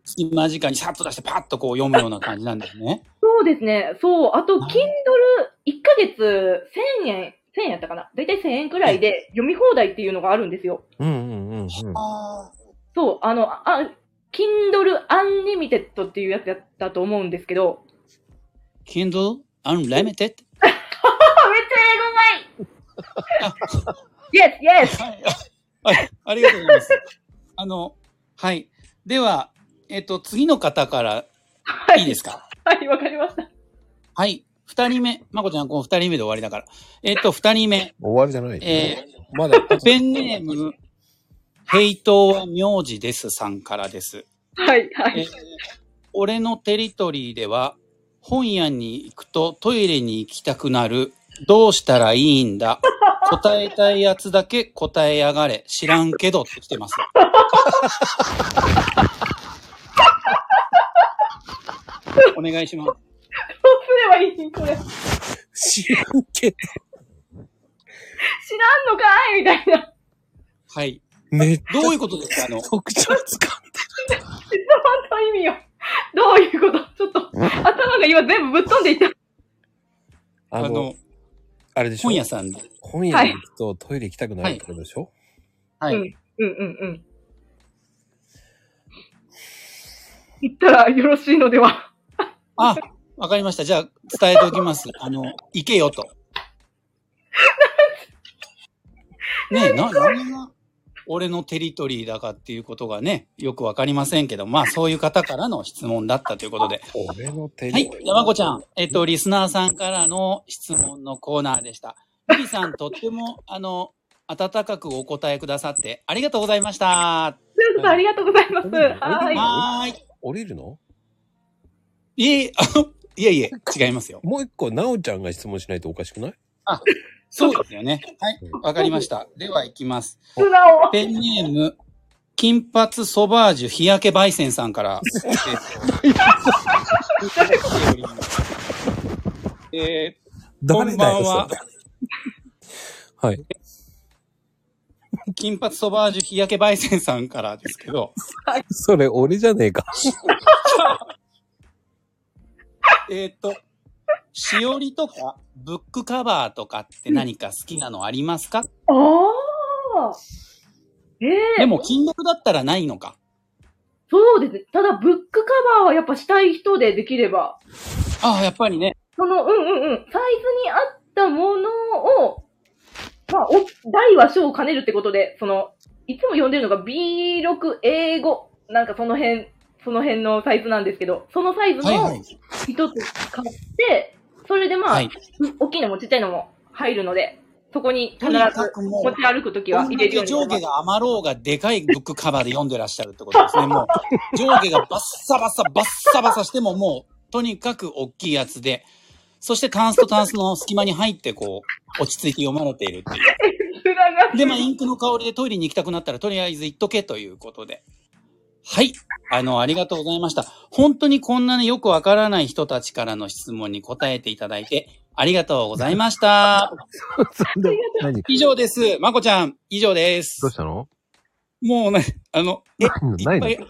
Speaker 4: 隙間時間にさっと出してパッとこう読むような感じなんですね。
Speaker 2: そうですね。そう。あと、Kindle、
Speaker 4: あ
Speaker 2: 1ヶ月1000円、1000円やったかなだいたい1000円くらいで読み放題っていうのがあるんですよ。
Speaker 1: うんうんうん、うん。
Speaker 4: あ
Speaker 2: そう。あの、あ、Kindle Unlimited っていうやつやったと思うんですけど。
Speaker 4: ー Kindle Unlimited?
Speaker 2: あ、めっちゃ英語がいい !Yes, yes!
Speaker 4: はい。はいありがとうございます。 (laughs) あの、はい。では、えっと、次の方からいいですか
Speaker 2: はい、わかりました。
Speaker 4: はい。二人目。まこちゃん、こう二人目で終わりだから。えっと、二人目。
Speaker 1: 終わりじゃない。
Speaker 4: え
Speaker 1: まだ。
Speaker 4: ー、ペンネーム、ヘイトは名字ですさんからです。
Speaker 2: はい、はい。
Speaker 4: え俺のテリトリーでは、本屋に行くとトイレに行きたくなる。どうしたらいいんだ答えたいやつだけ答えやがれ。知らんけどって来てます。 (laughs) お願いします。
Speaker 2: どうすればいいこれ。知らん
Speaker 1: 知らんけど。
Speaker 2: のかいみたいな。
Speaker 4: はい。
Speaker 1: めっち
Speaker 4: どういうことですかあの、
Speaker 1: 特徴つか
Speaker 2: 質問の意味を。どういうことちょっと、頭が今全部ぶっ飛んでいった。
Speaker 1: あ
Speaker 4: あ
Speaker 1: の
Speaker 4: の、、
Speaker 1: あれでしょ
Speaker 4: 本屋さんで。
Speaker 1: 本屋に行くとトイレ行きたくなるってことでしょ、
Speaker 4: はい。
Speaker 2: うんうんうんうん。言ったらよろしいのでは。
Speaker 4: あ、わかりました。じゃあ、伝えておきます。 (laughs) あの、行けよと。ねえ、な、何が俺のテリトリーだかっていうことがね、よくわかりませんけど、まあ、そういう方からの質問だったということで。
Speaker 1: 俺の手
Speaker 4: はい、山子ちゃん。えっと、リスナーさんからの質問のコーナーでした。ゆりさん、とっても、あの、温かくお答えくださって、ありがとうございました。
Speaker 2: ということでありがとうございます。
Speaker 1: は
Speaker 2: はいい。
Speaker 4: はーい。
Speaker 1: 降りるの
Speaker 4: いえ、あの、いえいえ、違いますよ。
Speaker 1: もう一個、なおちゃんが質問しないとおかしくない
Speaker 4: そうですよね。はい、わかりました。では、行きます。
Speaker 2: 素直。
Speaker 4: ペンネーム、金髪ソバージュ日焼け焙煎さんから。えーえー、こんばんは。
Speaker 1: (laughs) はい。
Speaker 4: 金髪ソバージュ日焼け焙煎さんからですけど、
Speaker 1: それ、俺じゃねえ
Speaker 4: (laughs)
Speaker 1: か。
Speaker 4: えーっと、しおりとか、ブックカバーとかって何か好きなのありますか
Speaker 2: ああ。ええ
Speaker 4: でも、金額だったらないのか。
Speaker 2: そうですね。ただ、ブックカバーはやっぱしたい人でできれば、
Speaker 4: ああ、やっぱりね。
Speaker 2: その、うんうんうん、サイズに合ったものを、まあ、お大は小を兼ねるってことで、その、いつも読んでるのが B6、A5、なんかその辺、その辺のサイズなんですけど、そのサイズ
Speaker 4: はいは
Speaker 2: の
Speaker 4: い。
Speaker 2: 一つ買って、それでまあ、
Speaker 4: はい。
Speaker 2: 大きいのもちっちゃいのも入るので、そこに必
Speaker 4: とにか
Speaker 2: ず
Speaker 4: くもう
Speaker 2: 持ち歩くときは
Speaker 4: どん
Speaker 2: 入
Speaker 4: だ
Speaker 2: れるように
Speaker 4: け上
Speaker 2: してま
Speaker 4: 下
Speaker 2: す。
Speaker 4: が余ろうがでかいブックカバーで読んでらっしゃるってこ
Speaker 2: (laughs)
Speaker 4: とですね。もう、上下がバッサバサ、バッサバサしてももう、とにかく大きいやつで、そしてタンスとタンスの隙間に入ってこう、落ち着いて読まれている
Speaker 2: (laughs)
Speaker 4: っていう。
Speaker 2: つながって
Speaker 4: で、まあ、インクの香りでトイレに行きたくなったら、とりあえず行っとけということで。はい。あの、ありがとうございました。本当にこんなね、よくわからない人たちからの質問に答えていただいて、ありがとうございました。
Speaker 1: そんな何
Speaker 4: 以上です。まこちゃん、以上で
Speaker 1: どうし
Speaker 4: す。
Speaker 1: たの
Speaker 4: もうね、あの、え、い
Speaker 1: ない
Speaker 4: っ
Speaker 1: の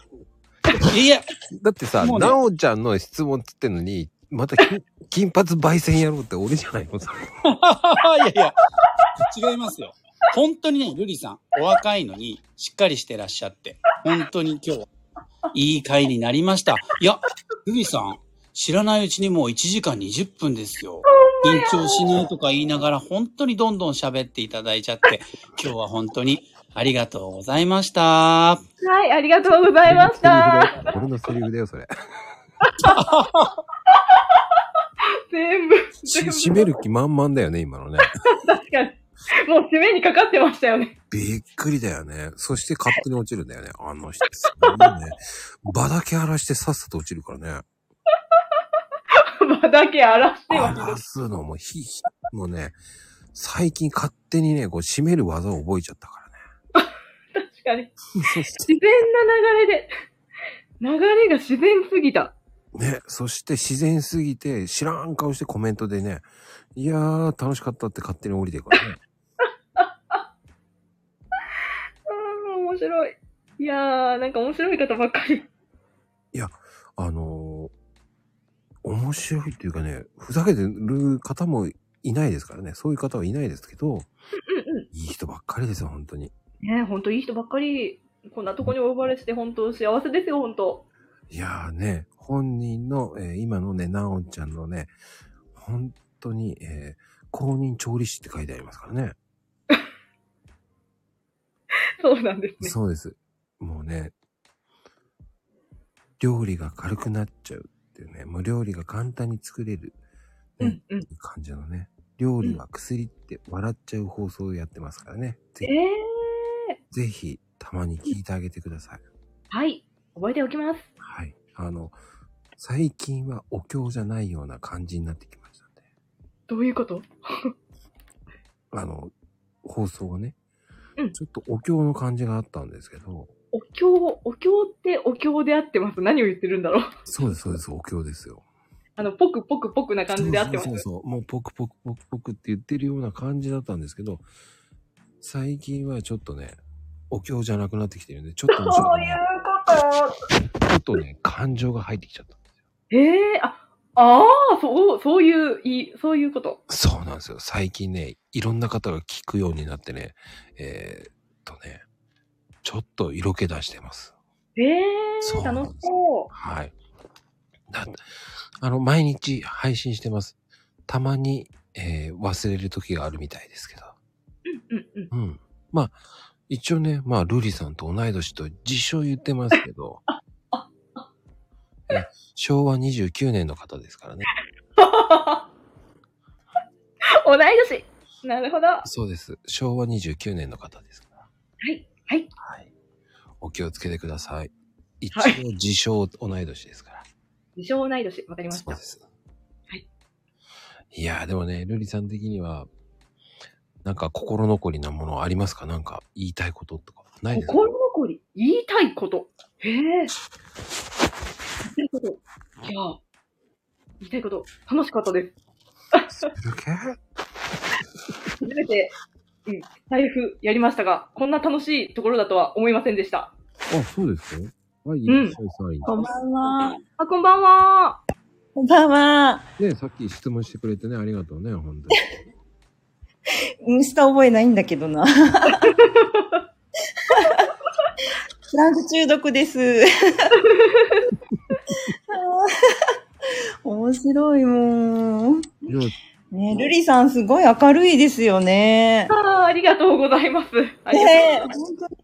Speaker 4: ぱい。い (laughs) や、
Speaker 1: だってさ、
Speaker 4: もうね
Speaker 1: なおちゃんの質問っつってんのに、また金金髪焙煎やろうって俺じゃないのそれ
Speaker 4: いやいや、違いますよ。本当にね、ルリさん、お若いのに、しっかりしてらっしゃって、本当に今日、いい回になりました。いや、ルリさん、知らないうちにもう1時間20分ですよ。緊張しないとか言いながら、本当にどんどん喋っていただいちゃって、今日は本当にありがとうございました。
Speaker 2: (laughs) はい、ありがとうございました。
Speaker 1: 俺のセリフだよ、それ。
Speaker 4: (laughs)
Speaker 2: 全部、
Speaker 1: し
Speaker 2: 全部
Speaker 1: 締める気満々だよね、今のね。
Speaker 2: 確かに。もう締めにかかってましたよね。 (laughs)
Speaker 1: びっくりだよね。そして勝手に落ちるんだよね。あの人、すごいね。 (laughs) 場だけ荒らしてさっさと落ちるからね。
Speaker 2: 場だけ荒らしては
Speaker 1: 荒らすのもひ、ひもうね、最近勝手にね、こう締める技を覚えちゃったからね。
Speaker 2: 確かに。 (laughs)
Speaker 1: そし
Speaker 2: 自然な流れで。流れが自然すぎた。
Speaker 1: ね、そして自然すぎて、知らん顔してコメントでね、いやー、楽しかったって勝手に降りていくから
Speaker 2: (laughs)
Speaker 1: ね。
Speaker 2: うーん、面白い。いやー、なんか面白い方ばっかり。
Speaker 1: あのー面白いっていうかね、ふざけてる方もいないですからね、そういう方はいないですけど、
Speaker 2: うんうん。
Speaker 1: いい人ばっかりですよ、本当に。
Speaker 2: ねえ、ほんといい人ばっかり。こんなとこにお呼ばれして、本当幸せですよ、本当
Speaker 1: いやーね、本人の、えー今のね、なおちゃんのね、本当に、えー公認調理師って書いてありますからね。
Speaker 2: そうなんですね。
Speaker 1: そうです。もうね、料理が軽くなっちゃうっていうね、もう料理が簡単に作れる
Speaker 2: うんうん。
Speaker 1: 感じのね、料理は薬って笑っちゃう放送をやってますからね。ぜ
Speaker 2: ええ
Speaker 1: ぜひ、たまに聞いてあげてください。
Speaker 2: ー。はい。覚えておきます。
Speaker 1: はい。あの、最近はお経じゃないような感じになってきましたんで、
Speaker 2: どういうこと
Speaker 1: あの、放送がね、
Speaker 2: うん
Speaker 1: ちょっとお経の感じがあったんですけど、
Speaker 2: お経、お経ってお経であってます。何を言ってるんだろう。
Speaker 1: そうです、そうです、お経ですよ。
Speaker 2: あの、ポクポクポクな感じであってます。
Speaker 1: そうそうそうそうもうポクポクポクポクって言ってるような感じだったんですけど、最近はちょっとね、お経じゃなくなってきてるんで、ちょっと面白いね
Speaker 2: こと
Speaker 1: ちょっとね、感情が入ってきちゃった。
Speaker 2: ええあ、ああ、そう、そういう、いい、そういうこと。
Speaker 1: そうなんですよ。最近ね、いろんな方が聞くようになってね、えーっとね、ちょっと色気出してます。
Speaker 2: ええ
Speaker 1: そうなん
Speaker 2: 楽
Speaker 1: です
Speaker 2: しそ
Speaker 1: はい。だあの、毎日配信してます。たまに、えー忘れる時があるみたいですけど。
Speaker 2: う。うんうん。 (laughs)
Speaker 1: うん。まあ、一応ね、まあ、ルリさんと同い年と自称言ってますけ
Speaker 2: (laughs)
Speaker 1: ど、え昭和29年の方ですからね。
Speaker 2: 同い年なるほど。は
Speaker 1: そうです。昭和29年の方ですから。
Speaker 2: い、はい。
Speaker 1: はい。お気をつけてください。一
Speaker 2: はい
Speaker 1: 応、自称同い年ですから。
Speaker 2: 自称同い年、わかりまし
Speaker 1: そう
Speaker 2: た
Speaker 1: で。す。
Speaker 2: はい。
Speaker 1: いやー、でもね、ルリさん的には、なんか心残りなものありますかなんか言いたいこととか。ないですか
Speaker 2: 心残り、言いたいこと。へえ。言いたいこと。いやー言いたいこと、楽しかったです。
Speaker 1: 色気
Speaker 2: 初めて、うん、財布やりましたが、こんな楽しいところだとは思いませんでし
Speaker 1: あ、
Speaker 2: た。
Speaker 1: そうですね。はい、
Speaker 2: うん
Speaker 1: いいですはい
Speaker 3: こんばんは。
Speaker 2: あ、こんばんは。
Speaker 3: こんばんは。
Speaker 1: ねさっき質問してくれてね、ありがとうね、本当に。
Speaker 3: インスタ覚えないんだけどな。フランク中毒です。 (laughs) 面白いもん。
Speaker 1: いや
Speaker 3: ねルリさんすごい明るいですよね。
Speaker 2: あーありがとうございます。ありがとう
Speaker 3: ね本当に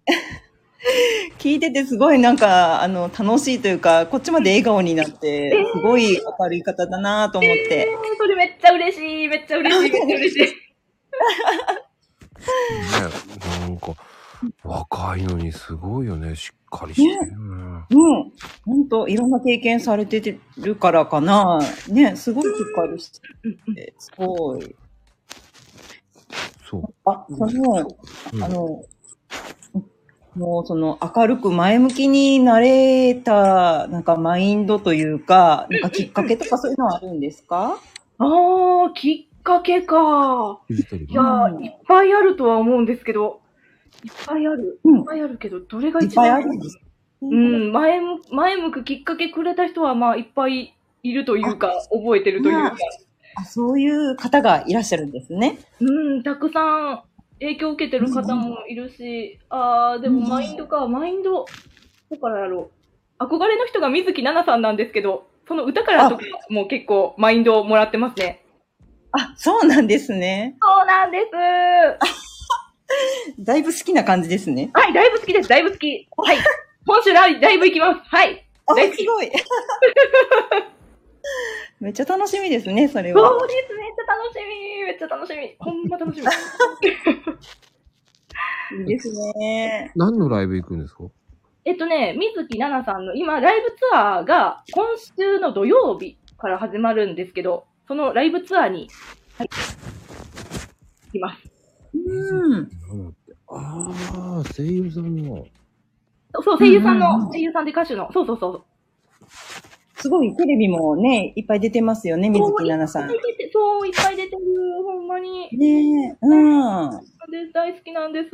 Speaker 3: (laughs) 聞いててすごいなんか、あの、楽しいというか、こっちまで笑顔になって、すごい明るい方だなと思って。
Speaker 2: (laughs) それめっちゃ嬉しい。めっちゃ嬉しい。めっちゃ嬉しい。
Speaker 1: ね、なんか、若いのにすごいよね、しっかりしてるよね。
Speaker 3: うん。ほんと、いろんな経験されてるからかな。ね、すごいしっかりしてて、すごい。
Speaker 1: そう。
Speaker 3: あ、その、
Speaker 1: うん
Speaker 3: あの、もうその明るく前向きになれた、なんかマインドというか、なんかきっかけとかそういうのはあるんですか
Speaker 2: ああ、きっかけか。
Speaker 1: ゆずとり
Speaker 2: いやー、いっぱいあるとは思うんですけど、いっぱいある。
Speaker 3: うん
Speaker 2: いっぱいあるけど、どれが
Speaker 3: いっ
Speaker 2: 一
Speaker 3: ぱい
Speaker 2: 番
Speaker 3: あるんです。
Speaker 2: うん、前む前向くきっかけくれた人は、まあ、いっぱいいるというか、覚えてるという
Speaker 3: ま
Speaker 2: か
Speaker 3: あ、あそういう方がいらっしゃるんですね。
Speaker 2: うん、たくさん影響を受けてる方もいるし、あー、でも
Speaker 3: うん
Speaker 2: マインドか、マインド、どこからだろう。憧れの人が水木奈々さんなんですけど、その歌からとかも結構マインドをもらってますね。
Speaker 3: あ、そうなんですね。
Speaker 2: そうなんです。
Speaker 3: だいぶ好きな感じですね。
Speaker 2: はい、だいぶ好きです、だいぶ好き。
Speaker 3: (laughs)
Speaker 2: はい。今週ライライブ行きます。はい。
Speaker 3: あ、
Speaker 2: 大好き
Speaker 3: すごい。 (laughs) めっちゃ楽しみですね、それは。
Speaker 2: そうです、めっちゃ楽しみ。めっちゃ楽しみ。ほんま楽しみ。
Speaker 3: いいですね。
Speaker 1: 何のライブ行くんですか
Speaker 2: (laughs) えっとね、水木奈々さんの今、ライブツアーが今週の土曜日から始まるんですけど、そのライブツアーに、はい、行きます。
Speaker 3: うん。
Speaker 1: なんだってああ、声優さんの。
Speaker 2: そうそう、声優さん
Speaker 3: うんうんう
Speaker 2: の、
Speaker 3: ん
Speaker 2: 声優さんで歌手の、そうそうそう。
Speaker 3: すごい、テレビもね、いっぱい出てますよね、水木奈々さん。
Speaker 2: いっぱい出てそう、いっぱい出てる。ほんまに。
Speaker 3: ねえ、うん。
Speaker 2: で大好きなんです。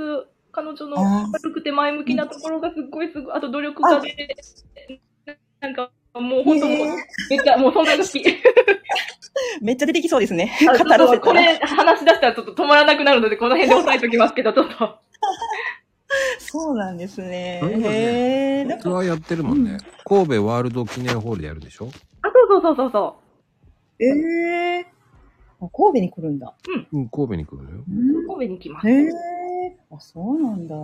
Speaker 2: 彼女の
Speaker 3: あー
Speaker 2: 明るくて前向きなところがすっごいすごい、あと努力家で、なんかもう本当もう、
Speaker 3: へー
Speaker 2: めっちゃもう存在が好き。
Speaker 3: めっちゃ出てきそうですね。
Speaker 2: あちょ
Speaker 3: 語
Speaker 2: っ
Speaker 3: ら
Speaker 2: と
Speaker 3: せた
Speaker 2: こ
Speaker 3: ら。
Speaker 2: れ話し出したらちょっと止まらなくなるので、この辺で押さえときますけど、ちょっと。
Speaker 3: そうなんですね。
Speaker 1: そうだね
Speaker 3: へえ。なんか
Speaker 1: ツアーやってるもんね。神戸ワールド記念ホールでやるでしょ
Speaker 2: あ、そうそうそうそうそ
Speaker 3: ええあ神戸に来るんだ。
Speaker 1: うん、神戸に来るのよ。
Speaker 2: う。神戸に行きます。
Speaker 3: へえ。あ、そうなんだ。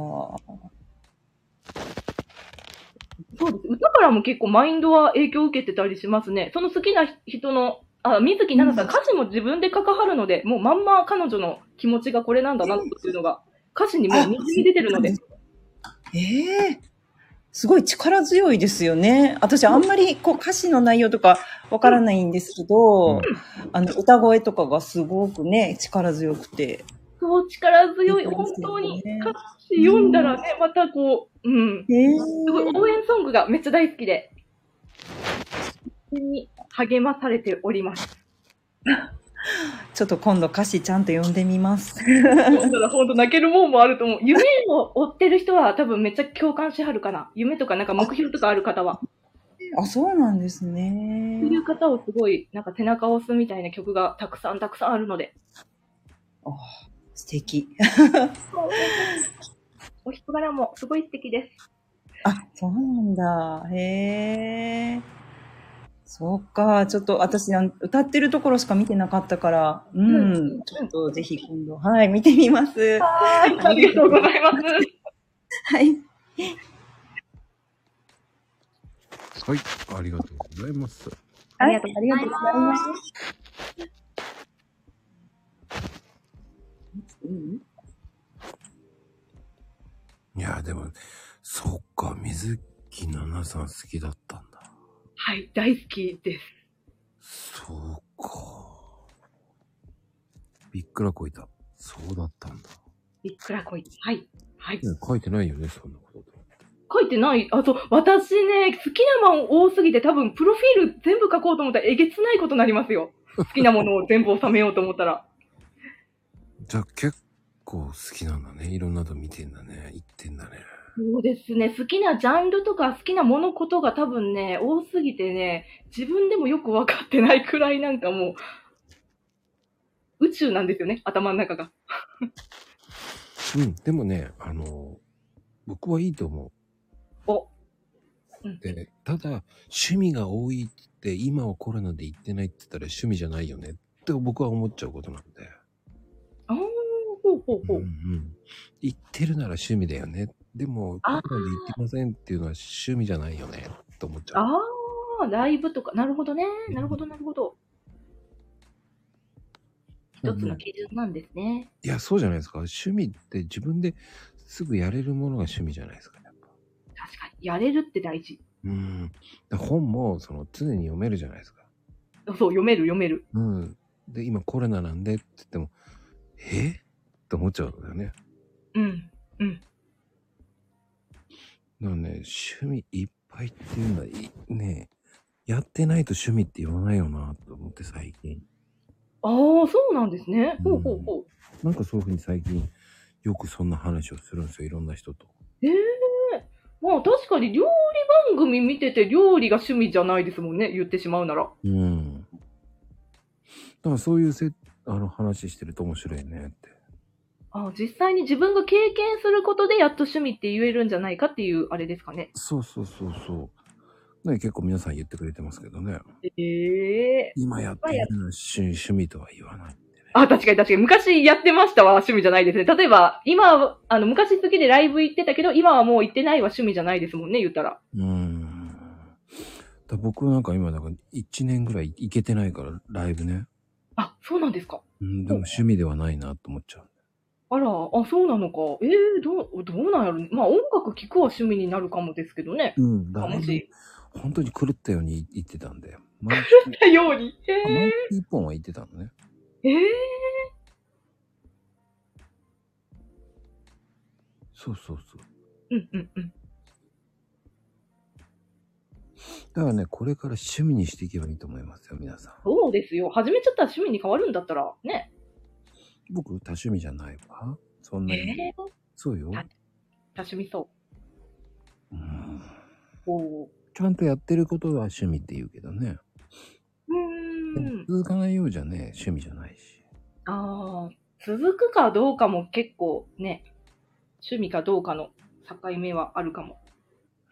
Speaker 2: そうです。歌からも結構マインドは影響を受けてたりしますね。その好きな人の、あ、水木奈々さん、歌詞も自分で書かはるので、もうまんま彼女の気持ちがこれなんだなっていうのが、歌詞にもう滲み出てるので。
Speaker 3: ええすごい力強いですよね。私、あんまりこう歌詞の内容とかわからないんですけど、
Speaker 1: うん
Speaker 3: あの歌声とかがすごくね、力強くて。
Speaker 2: そう、力強い。
Speaker 3: そうで
Speaker 2: 本
Speaker 3: すよ
Speaker 2: 当に
Speaker 3: ね
Speaker 2: 歌詞読んだらね、またこう、うん。
Speaker 3: ええ
Speaker 2: すごい応援ソングがめっちゃ大好きで、本当に励まされており (laughs) ます。
Speaker 3: ちょっと今度歌詞ちゃんと読んでみます。
Speaker 2: だから本当泣けるもんもあると思う。夢を追ってる人は多分めっちゃ共感しはるかな。夢とかなんか目標とかある方は。
Speaker 3: あ、そうなんです
Speaker 2: そ
Speaker 3: ね
Speaker 2: う。いう方をすごい、なんか背中を押すみたいな曲がたくさんたくさんあるので。
Speaker 3: 素敵。
Speaker 2: お人柄もすごい素敵です。
Speaker 3: あ、そうなんだ。へえ。そうか。ちょっと私、あの歌ってるところしか見てなかったから、うん。
Speaker 2: うん
Speaker 3: ちょっとぜひ今度、はい、見てみます。は
Speaker 2: はい、ありがとうございます。
Speaker 3: い。
Speaker 1: はい、ありがとうございます。
Speaker 2: ありがとうございます
Speaker 3: す。うん
Speaker 1: いや、でも、そっか、水木奈々さん好きだったんだ。
Speaker 2: はい、大好きです。
Speaker 1: そうか。びっくらこいた。そうだったんだ。
Speaker 2: (laughs) いくらこい。はい。はい。
Speaker 1: ね書いてないよね、そんなこと。
Speaker 2: 書いてない。あと、私ね、好きなもん多すぎて多分、プロフィール全部書こうと思ったらえげつないことになりますよ。好きなものを全部収めようと思ったら。
Speaker 1: じゃあ結構好きなんだね。いろんなと見てんだね。行ってんだね。
Speaker 2: そうですね。好きなジャンルとか好きなものことが多分ね、多すぎてね、自分でもよくわかってないくらいなんかもう、宇宙なんですよね、頭の中が。
Speaker 1: うん、でもね、あの、僕はいいと思
Speaker 2: お、
Speaker 1: う。で、ただ、趣味が多いって、今はコロナで行ってないって言ったら趣味じゃないよねって僕は思っちゃうことなんで。
Speaker 2: あー、ほうほう
Speaker 1: う
Speaker 2: ほ
Speaker 1: ん
Speaker 2: う。
Speaker 1: うん。行ってるなら趣味だよね。でも、コロナ
Speaker 2: あー
Speaker 1: で行ってませんっていうのは趣味じゃないよねと思っちゃう。
Speaker 2: あー、ライブとか、なるほどね。なるほど、なるほど。一つの基準なんですね。
Speaker 1: いや、そうじゃないですか。趣味って自分ですぐやれるものが趣味じゃないですか、やっぱ。
Speaker 2: 確かに。やれるって大事。
Speaker 1: うん。だから本も、その、常に読めるじゃないですか。
Speaker 2: そう、読める、読める。
Speaker 1: うん。で、今コロナなんでって言っても、えって思っちゃうんだよね。
Speaker 2: うん。うん。
Speaker 1: だからね、趣味いっぱいっていうのは、いね、やってないと趣味って言わないよなと思って最近。
Speaker 2: ああ、そうなんですね。ほうほうほう。
Speaker 1: なんかそういうふうに最近、よくそんな話をするんですよ、いろんな人と。
Speaker 2: ええまあ確かに料理番組見てて料理が趣味じゃないですもんね。言ってしまうなら。
Speaker 1: うん。だからそういうせ、あの話してると面白いねって。
Speaker 2: ああ実際に自分が経験することでやっと趣味って言えるんじゃないかっていうあれですかね。
Speaker 1: そうそうそうそう。ね、結構皆さん言ってくれてますけどね。
Speaker 2: ええ
Speaker 1: 今やってるのは趣趣味とは言わない。
Speaker 2: あ、確かに確かに。昔やってましたは趣味じゃないですね。例えば、今は、あの、昔好きでライブ行ってたけど、今はもう行ってないは趣味じゃないですもんね、言ったら。
Speaker 1: うん。だ僕なんか今なんか1年ぐらい行けてないから、ライブね。
Speaker 2: あ、そうなんですか。
Speaker 1: うん、でも趣味ではないなと思っちゃう。
Speaker 2: あら、あ、そうなのか。ええどう、どうなんやろね。まあ、音楽聴くは趣味になるかもですけどね。
Speaker 1: うん、だ
Speaker 2: あ
Speaker 1: から
Speaker 2: もし、
Speaker 1: 本当に狂ったように行ってたんだよ。
Speaker 2: (laughs)
Speaker 1: 毎月、
Speaker 2: たように。ええ
Speaker 1: 毎月1本は行ってたのね。
Speaker 2: ええ
Speaker 1: そうそうそう。
Speaker 2: うんうんうん。
Speaker 1: だからね、これから趣味にしていけばいいと思いますよ、皆さん。
Speaker 2: そうですよ。始めちゃったら趣味に変わるんだったら、ね。
Speaker 1: 僕、多趣味じゃないわ。そん
Speaker 2: え
Speaker 1: なに。
Speaker 2: え
Speaker 1: そうよ。
Speaker 2: はい多趣味そ
Speaker 1: うん
Speaker 2: う。おー
Speaker 1: ちゃんとやってることは趣味って言うけどね。
Speaker 2: う
Speaker 1: で
Speaker 2: ー
Speaker 1: も
Speaker 2: ん。
Speaker 1: 続かないようじゃね、趣味じゃないし。
Speaker 2: ああ、続くかどうかも結構ね、趣味かどうかの境目はあるかも。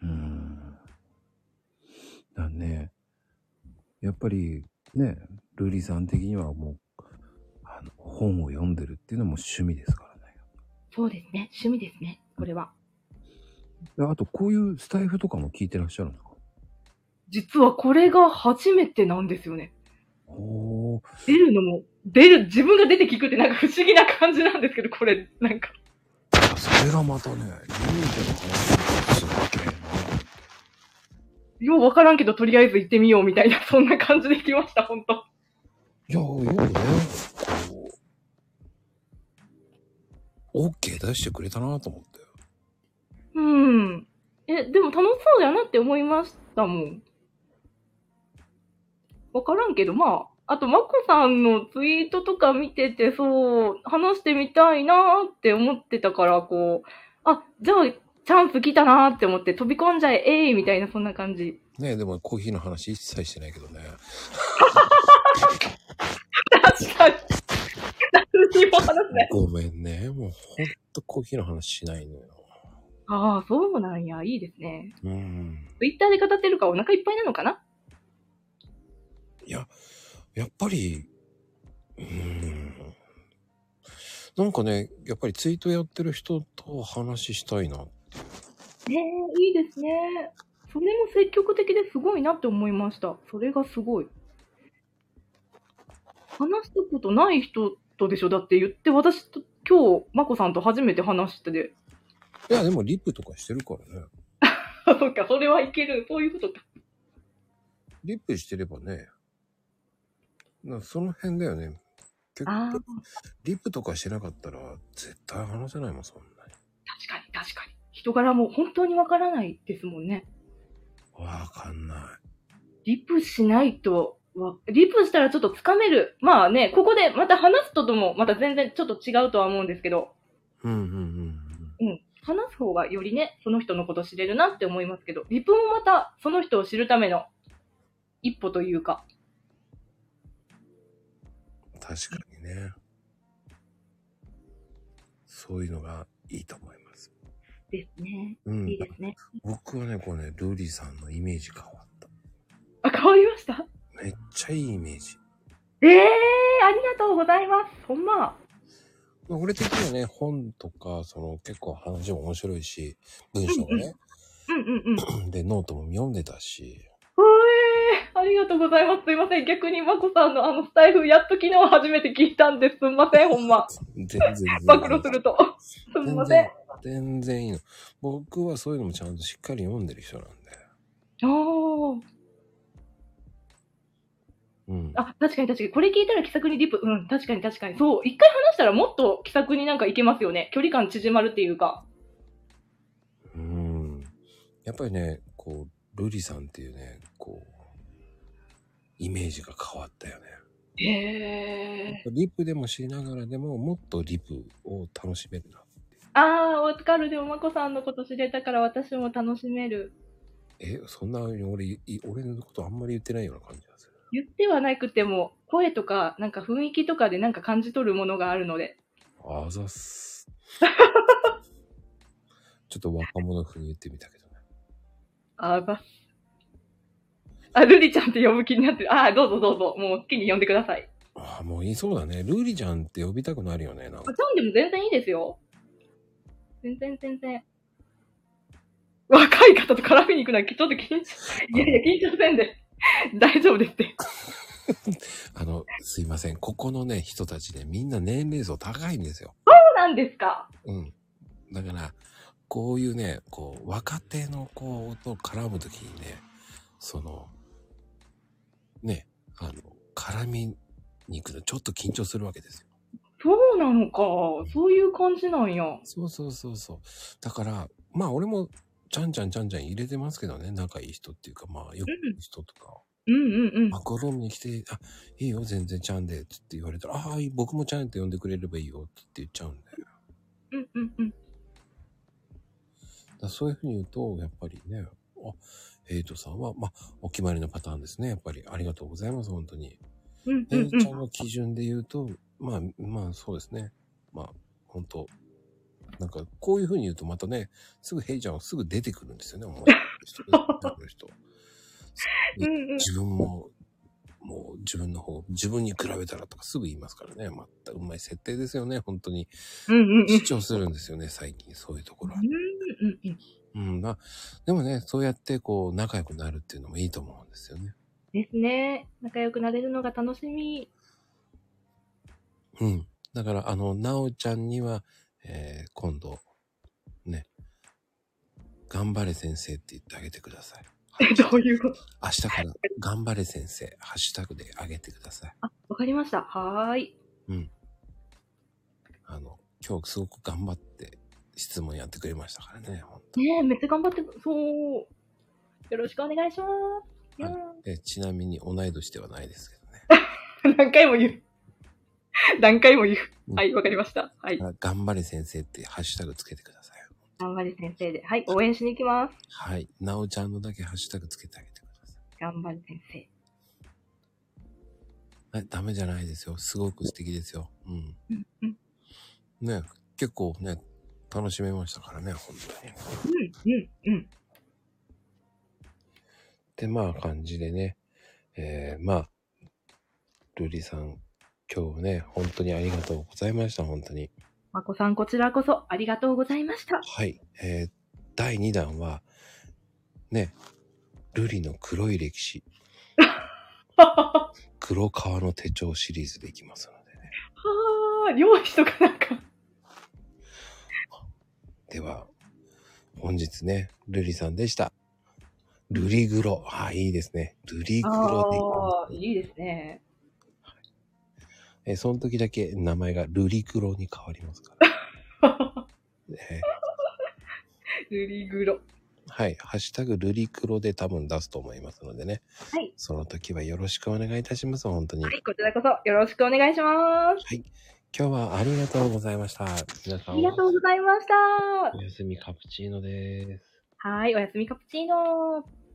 Speaker 1: うん。だね、やっぱりね、ルリさん的にはもう、あの、本を読んでるっていうのも趣味ですからね。
Speaker 2: そうですね。趣味ですね。これは。
Speaker 1: であと、こういうスタイフとかも聞いてらっしゃるんですか
Speaker 2: 実はこれが初めてなんですよね。
Speaker 1: おー、
Speaker 2: 出るのも、出る、自分が出て聞くってなんか不思議な感じなんですけど、これ、なんか。
Speaker 1: それがまたね、忍者の話すごいね。
Speaker 2: ようわからんけど、とりあえず行ってみようみたいな、そんな感じで来ました、ほんと。
Speaker 1: いや、よくね、こう、OK 出してくれたなと思って。
Speaker 2: うん。え、でも楽しそうだなって思いましたもん。わからんけど、まあ。あと、まこさんのツイートとか見てて、そう、話してみたいなーって思ってたから、こう、あ、じゃあ、チャンス来たなーって思って、飛び込んじゃえ、えい、みたいな、そんな感じ。
Speaker 1: ねえ、でもコーヒーの話一切してないけどね。
Speaker 2: 確かに。何にも話せない。
Speaker 1: ごめんね。もうほんとコーヒーの話しないのよ。
Speaker 2: ああ、そうなんや。いいですね。
Speaker 1: うん。
Speaker 2: ツイッターで語ってるからお腹いっぱいなのかない
Speaker 1: や、やっぱり、うーん。なんかね、やっぱりツイートやってる人と話したいな。
Speaker 2: ねえ、いいですね。それも積極的ですごいなって思いました。それがすごい。話したことない人とでしょだって言って、私と今日、まこさんと初めて話してで。
Speaker 1: いや、でもリップとかしてるからね。
Speaker 2: あ、 (laughs) そっか、それはいける。そういうことか。
Speaker 1: リップしてればね。なその辺だよね。結
Speaker 2: ああ、
Speaker 1: 構
Speaker 2: 確、
Speaker 1: リップとかしてなかったら絶対話せないもん、そんなに。
Speaker 2: かに確かに。人柄も本当にわからないですもんね。
Speaker 1: わかんな
Speaker 2: リプしないとわ、リプしたらちょっとつかめる。まあね、ここでまた話すととも、また全然ちょっと違うとは思うんですけど、
Speaker 1: い。うんうんうん
Speaker 2: うん。話す方がよりね、その人のこと知れるなって思いますけど、リプもまたその人を知るための一歩というか、
Speaker 1: うん。確かにね。そういうのがいいと思います。
Speaker 2: ですね。
Speaker 1: うん
Speaker 2: いい。ですね。
Speaker 1: 僕はね、これね、ルーリーさんのイメージ変わった。
Speaker 2: あ、変わりました
Speaker 1: めっちゃいいイメージ。
Speaker 2: ええー、ありがとうございます。ほんま。
Speaker 1: まあ俺的にはね、本とか、その結構話も面白いし、文章がね、
Speaker 2: うんうんうん。ほ
Speaker 1: で、ノートも読んでた
Speaker 2: (laughs)
Speaker 1: し、
Speaker 2: えー、ありがとうございます。すいません。逆にまこさんのあのスタイフ、やっと昨日初めて聞いたんです。すんません、ほんま。
Speaker 1: 全然全然。
Speaker 2: 暴露すると。すん
Speaker 1: 全
Speaker 2: ません
Speaker 1: 然。、全然いいの。僕はそういうのもちゃんとしっかり読んでる人なんで。
Speaker 2: あ
Speaker 1: うん。
Speaker 2: あ。あ、確かに確かに。これ聞いたら気さくにリップ。うん、確かに確かに。そう。一回話したらもっと気さくになんかいけますよね。距離感縮まるっていうか。
Speaker 1: うん。やっぱりね、こう、ルリさんっていうね、こう、イメージが変わったよね。
Speaker 2: へえ。
Speaker 1: リップでも知りながらでも、もっとリップを楽しめるな。
Speaker 2: ああ、わかる。でも、まこさんのこと知れたから私も楽しめる。
Speaker 1: え、そんなに俺、い俺のことあんまり言ってないような感じがする。
Speaker 2: 言ってはなくても、声とか、なんか雰囲気とかでなんか感じ取るものがあるので。
Speaker 1: あざっす。ちょっと若者風に言ってみたけどね。
Speaker 2: あばあ、ルリちゃんって呼ぶ気になってる。ああ、どうぞどうぞ。もう好きに呼んでください。
Speaker 1: ああ、もういいそうだね。ルーリちゃんって呼びたくなるよね。なん
Speaker 2: あ、
Speaker 1: か
Speaker 2: ちゃんでも全然いいですよ。全然全然。若い方と絡みに行くのはちょっと緊張、 (laughs) いやいや緊張せんで。大丈夫ですって。
Speaker 1: あの、すいません。ここのね、人たちね、みんな年齢層高いんですよ。
Speaker 2: そうなんですか。
Speaker 1: うん。だから、こういうね、こう、若手の子と絡むときにね、その、ね、あの、絡みに行くのちょっと緊張するわけですよ。
Speaker 2: そうなのか。そういう感じなんや。
Speaker 1: そうそうそうそう。だから、まあ俺も、ちゃんちゃんちゃんちゃん入れてますけどね、仲いい人っていうか、まあよくいい人とか。
Speaker 2: うんうんうん。
Speaker 1: マコロンに来て、あ、いいよ、全然ちゃんで、つって言われたら、ああ、いい僕もちゃんって呼んでくれればいいよ、つって言っちゃうんだよ。だか
Speaker 2: うんうんうん。
Speaker 1: らそういうふうに言うと、やっぱりね、あ、エイトさんは、まあ、お決まりのパターンですね、やっぱり。ありがとうございます、本当に。
Speaker 2: うんう
Speaker 1: エ
Speaker 2: ん
Speaker 1: イ
Speaker 2: うん
Speaker 1: ちゃ。んの基準で言うと、まあ、まあ、そうですね。まあ、本当なんか、こういうふうに言うと、またね、すぐヘイちゃんはすぐ出てくるんですよね、思い人この
Speaker 2: (laughs)
Speaker 1: 人。
Speaker 2: うんうん。
Speaker 1: 自分も、もう自分の方、自分に比べたらとかすぐ言いますからね。またうまい設定ですよね、本当に。
Speaker 2: うんうんうん。
Speaker 1: 主張するんですよね、最近、そういうところは。
Speaker 2: うんうんうん。
Speaker 1: うん、まあ、でもね、そうやってこう、仲良くなるっていうのもいいと思うんですよね。
Speaker 2: ですね。仲良くなれるのが楽しみ。
Speaker 1: うん。だから、あの、なおちゃんには、えー、今度、ね、頑張れ先生って言ってあげてください。
Speaker 2: (laughs) どういうこと
Speaker 1: 明日から、頑張れ先生、ハッシュタグであげてください。
Speaker 2: わかりました。はーい。
Speaker 1: あの、今日すごく頑張って質問やってくれましたからね、本当
Speaker 2: ねえ、めっちゃ頑張って、そう。よろしくお願いします。いや
Speaker 1: えちなみに同い年ではないですけどね。
Speaker 2: ー何回も言う。何回も言
Speaker 1: うん
Speaker 2: う。はい、わかりました。はい。
Speaker 1: あ頑張れ先生ってハッシュタグつけてください。
Speaker 2: 頑張れ先生で。はい、応援しに行きます。
Speaker 1: はい。なおちゃんのだけハッシュタグつけてあげてくださ
Speaker 2: 頑張れ先生。
Speaker 1: い。はい、ダメじゃないですよ。すごく素敵ですよ。うん。
Speaker 2: うんうん
Speaker 1: ね、結構ね、楽しめましたからね、本当に。
Speaker 2: うんうん。
Speaker 1: で、まあ感じでね、えー、まあ、ルリさん、今日ね、本当にありがとうございました、本当に。
Speaker 2: まこさん、こちらこそありがとうございました。
Speaker 1: はい。えー第2弾は、ね、ルリの黒い歴
Speaker 2: (laughs)
Speaker 1: 史、
Speaker 2: は
Speaker 1: 黒革の手帳シリーズでいきますのでね。
Speaker 2: あ、漁師とかなんか。
Speaker 1: では、本日ね、ルリさんでした。ルリグロ。あ、いいですね。ルリグロでいき
Speaker 2: ああ、
Speaker 1: ます
Speaker 2: いいですね。
Speaker 1: えーその時だけ名前がルリグロに変わりますから。
Speaker 2: (laughs)
Speaker 1: えー
Speaker 2: ルリグロ。
Speaker 1: はい。ハッシュタグルリクロで多分出すと思いますのでね。
Speaker 2: はい
Speaker 1: その時はよろしくお願いいたします。本当に。
Speaker 2: はい、こちらこそよろしくお願いします。
Speaker 1: 今日はありがとうございました。皆さ
Speaker 2: あ
Speaker 1: ん
Speaker 2: りがとうございました。
Speaker 1: おやすみカプチーノです。
Speaker 2: はい、おやすみカプチーノ。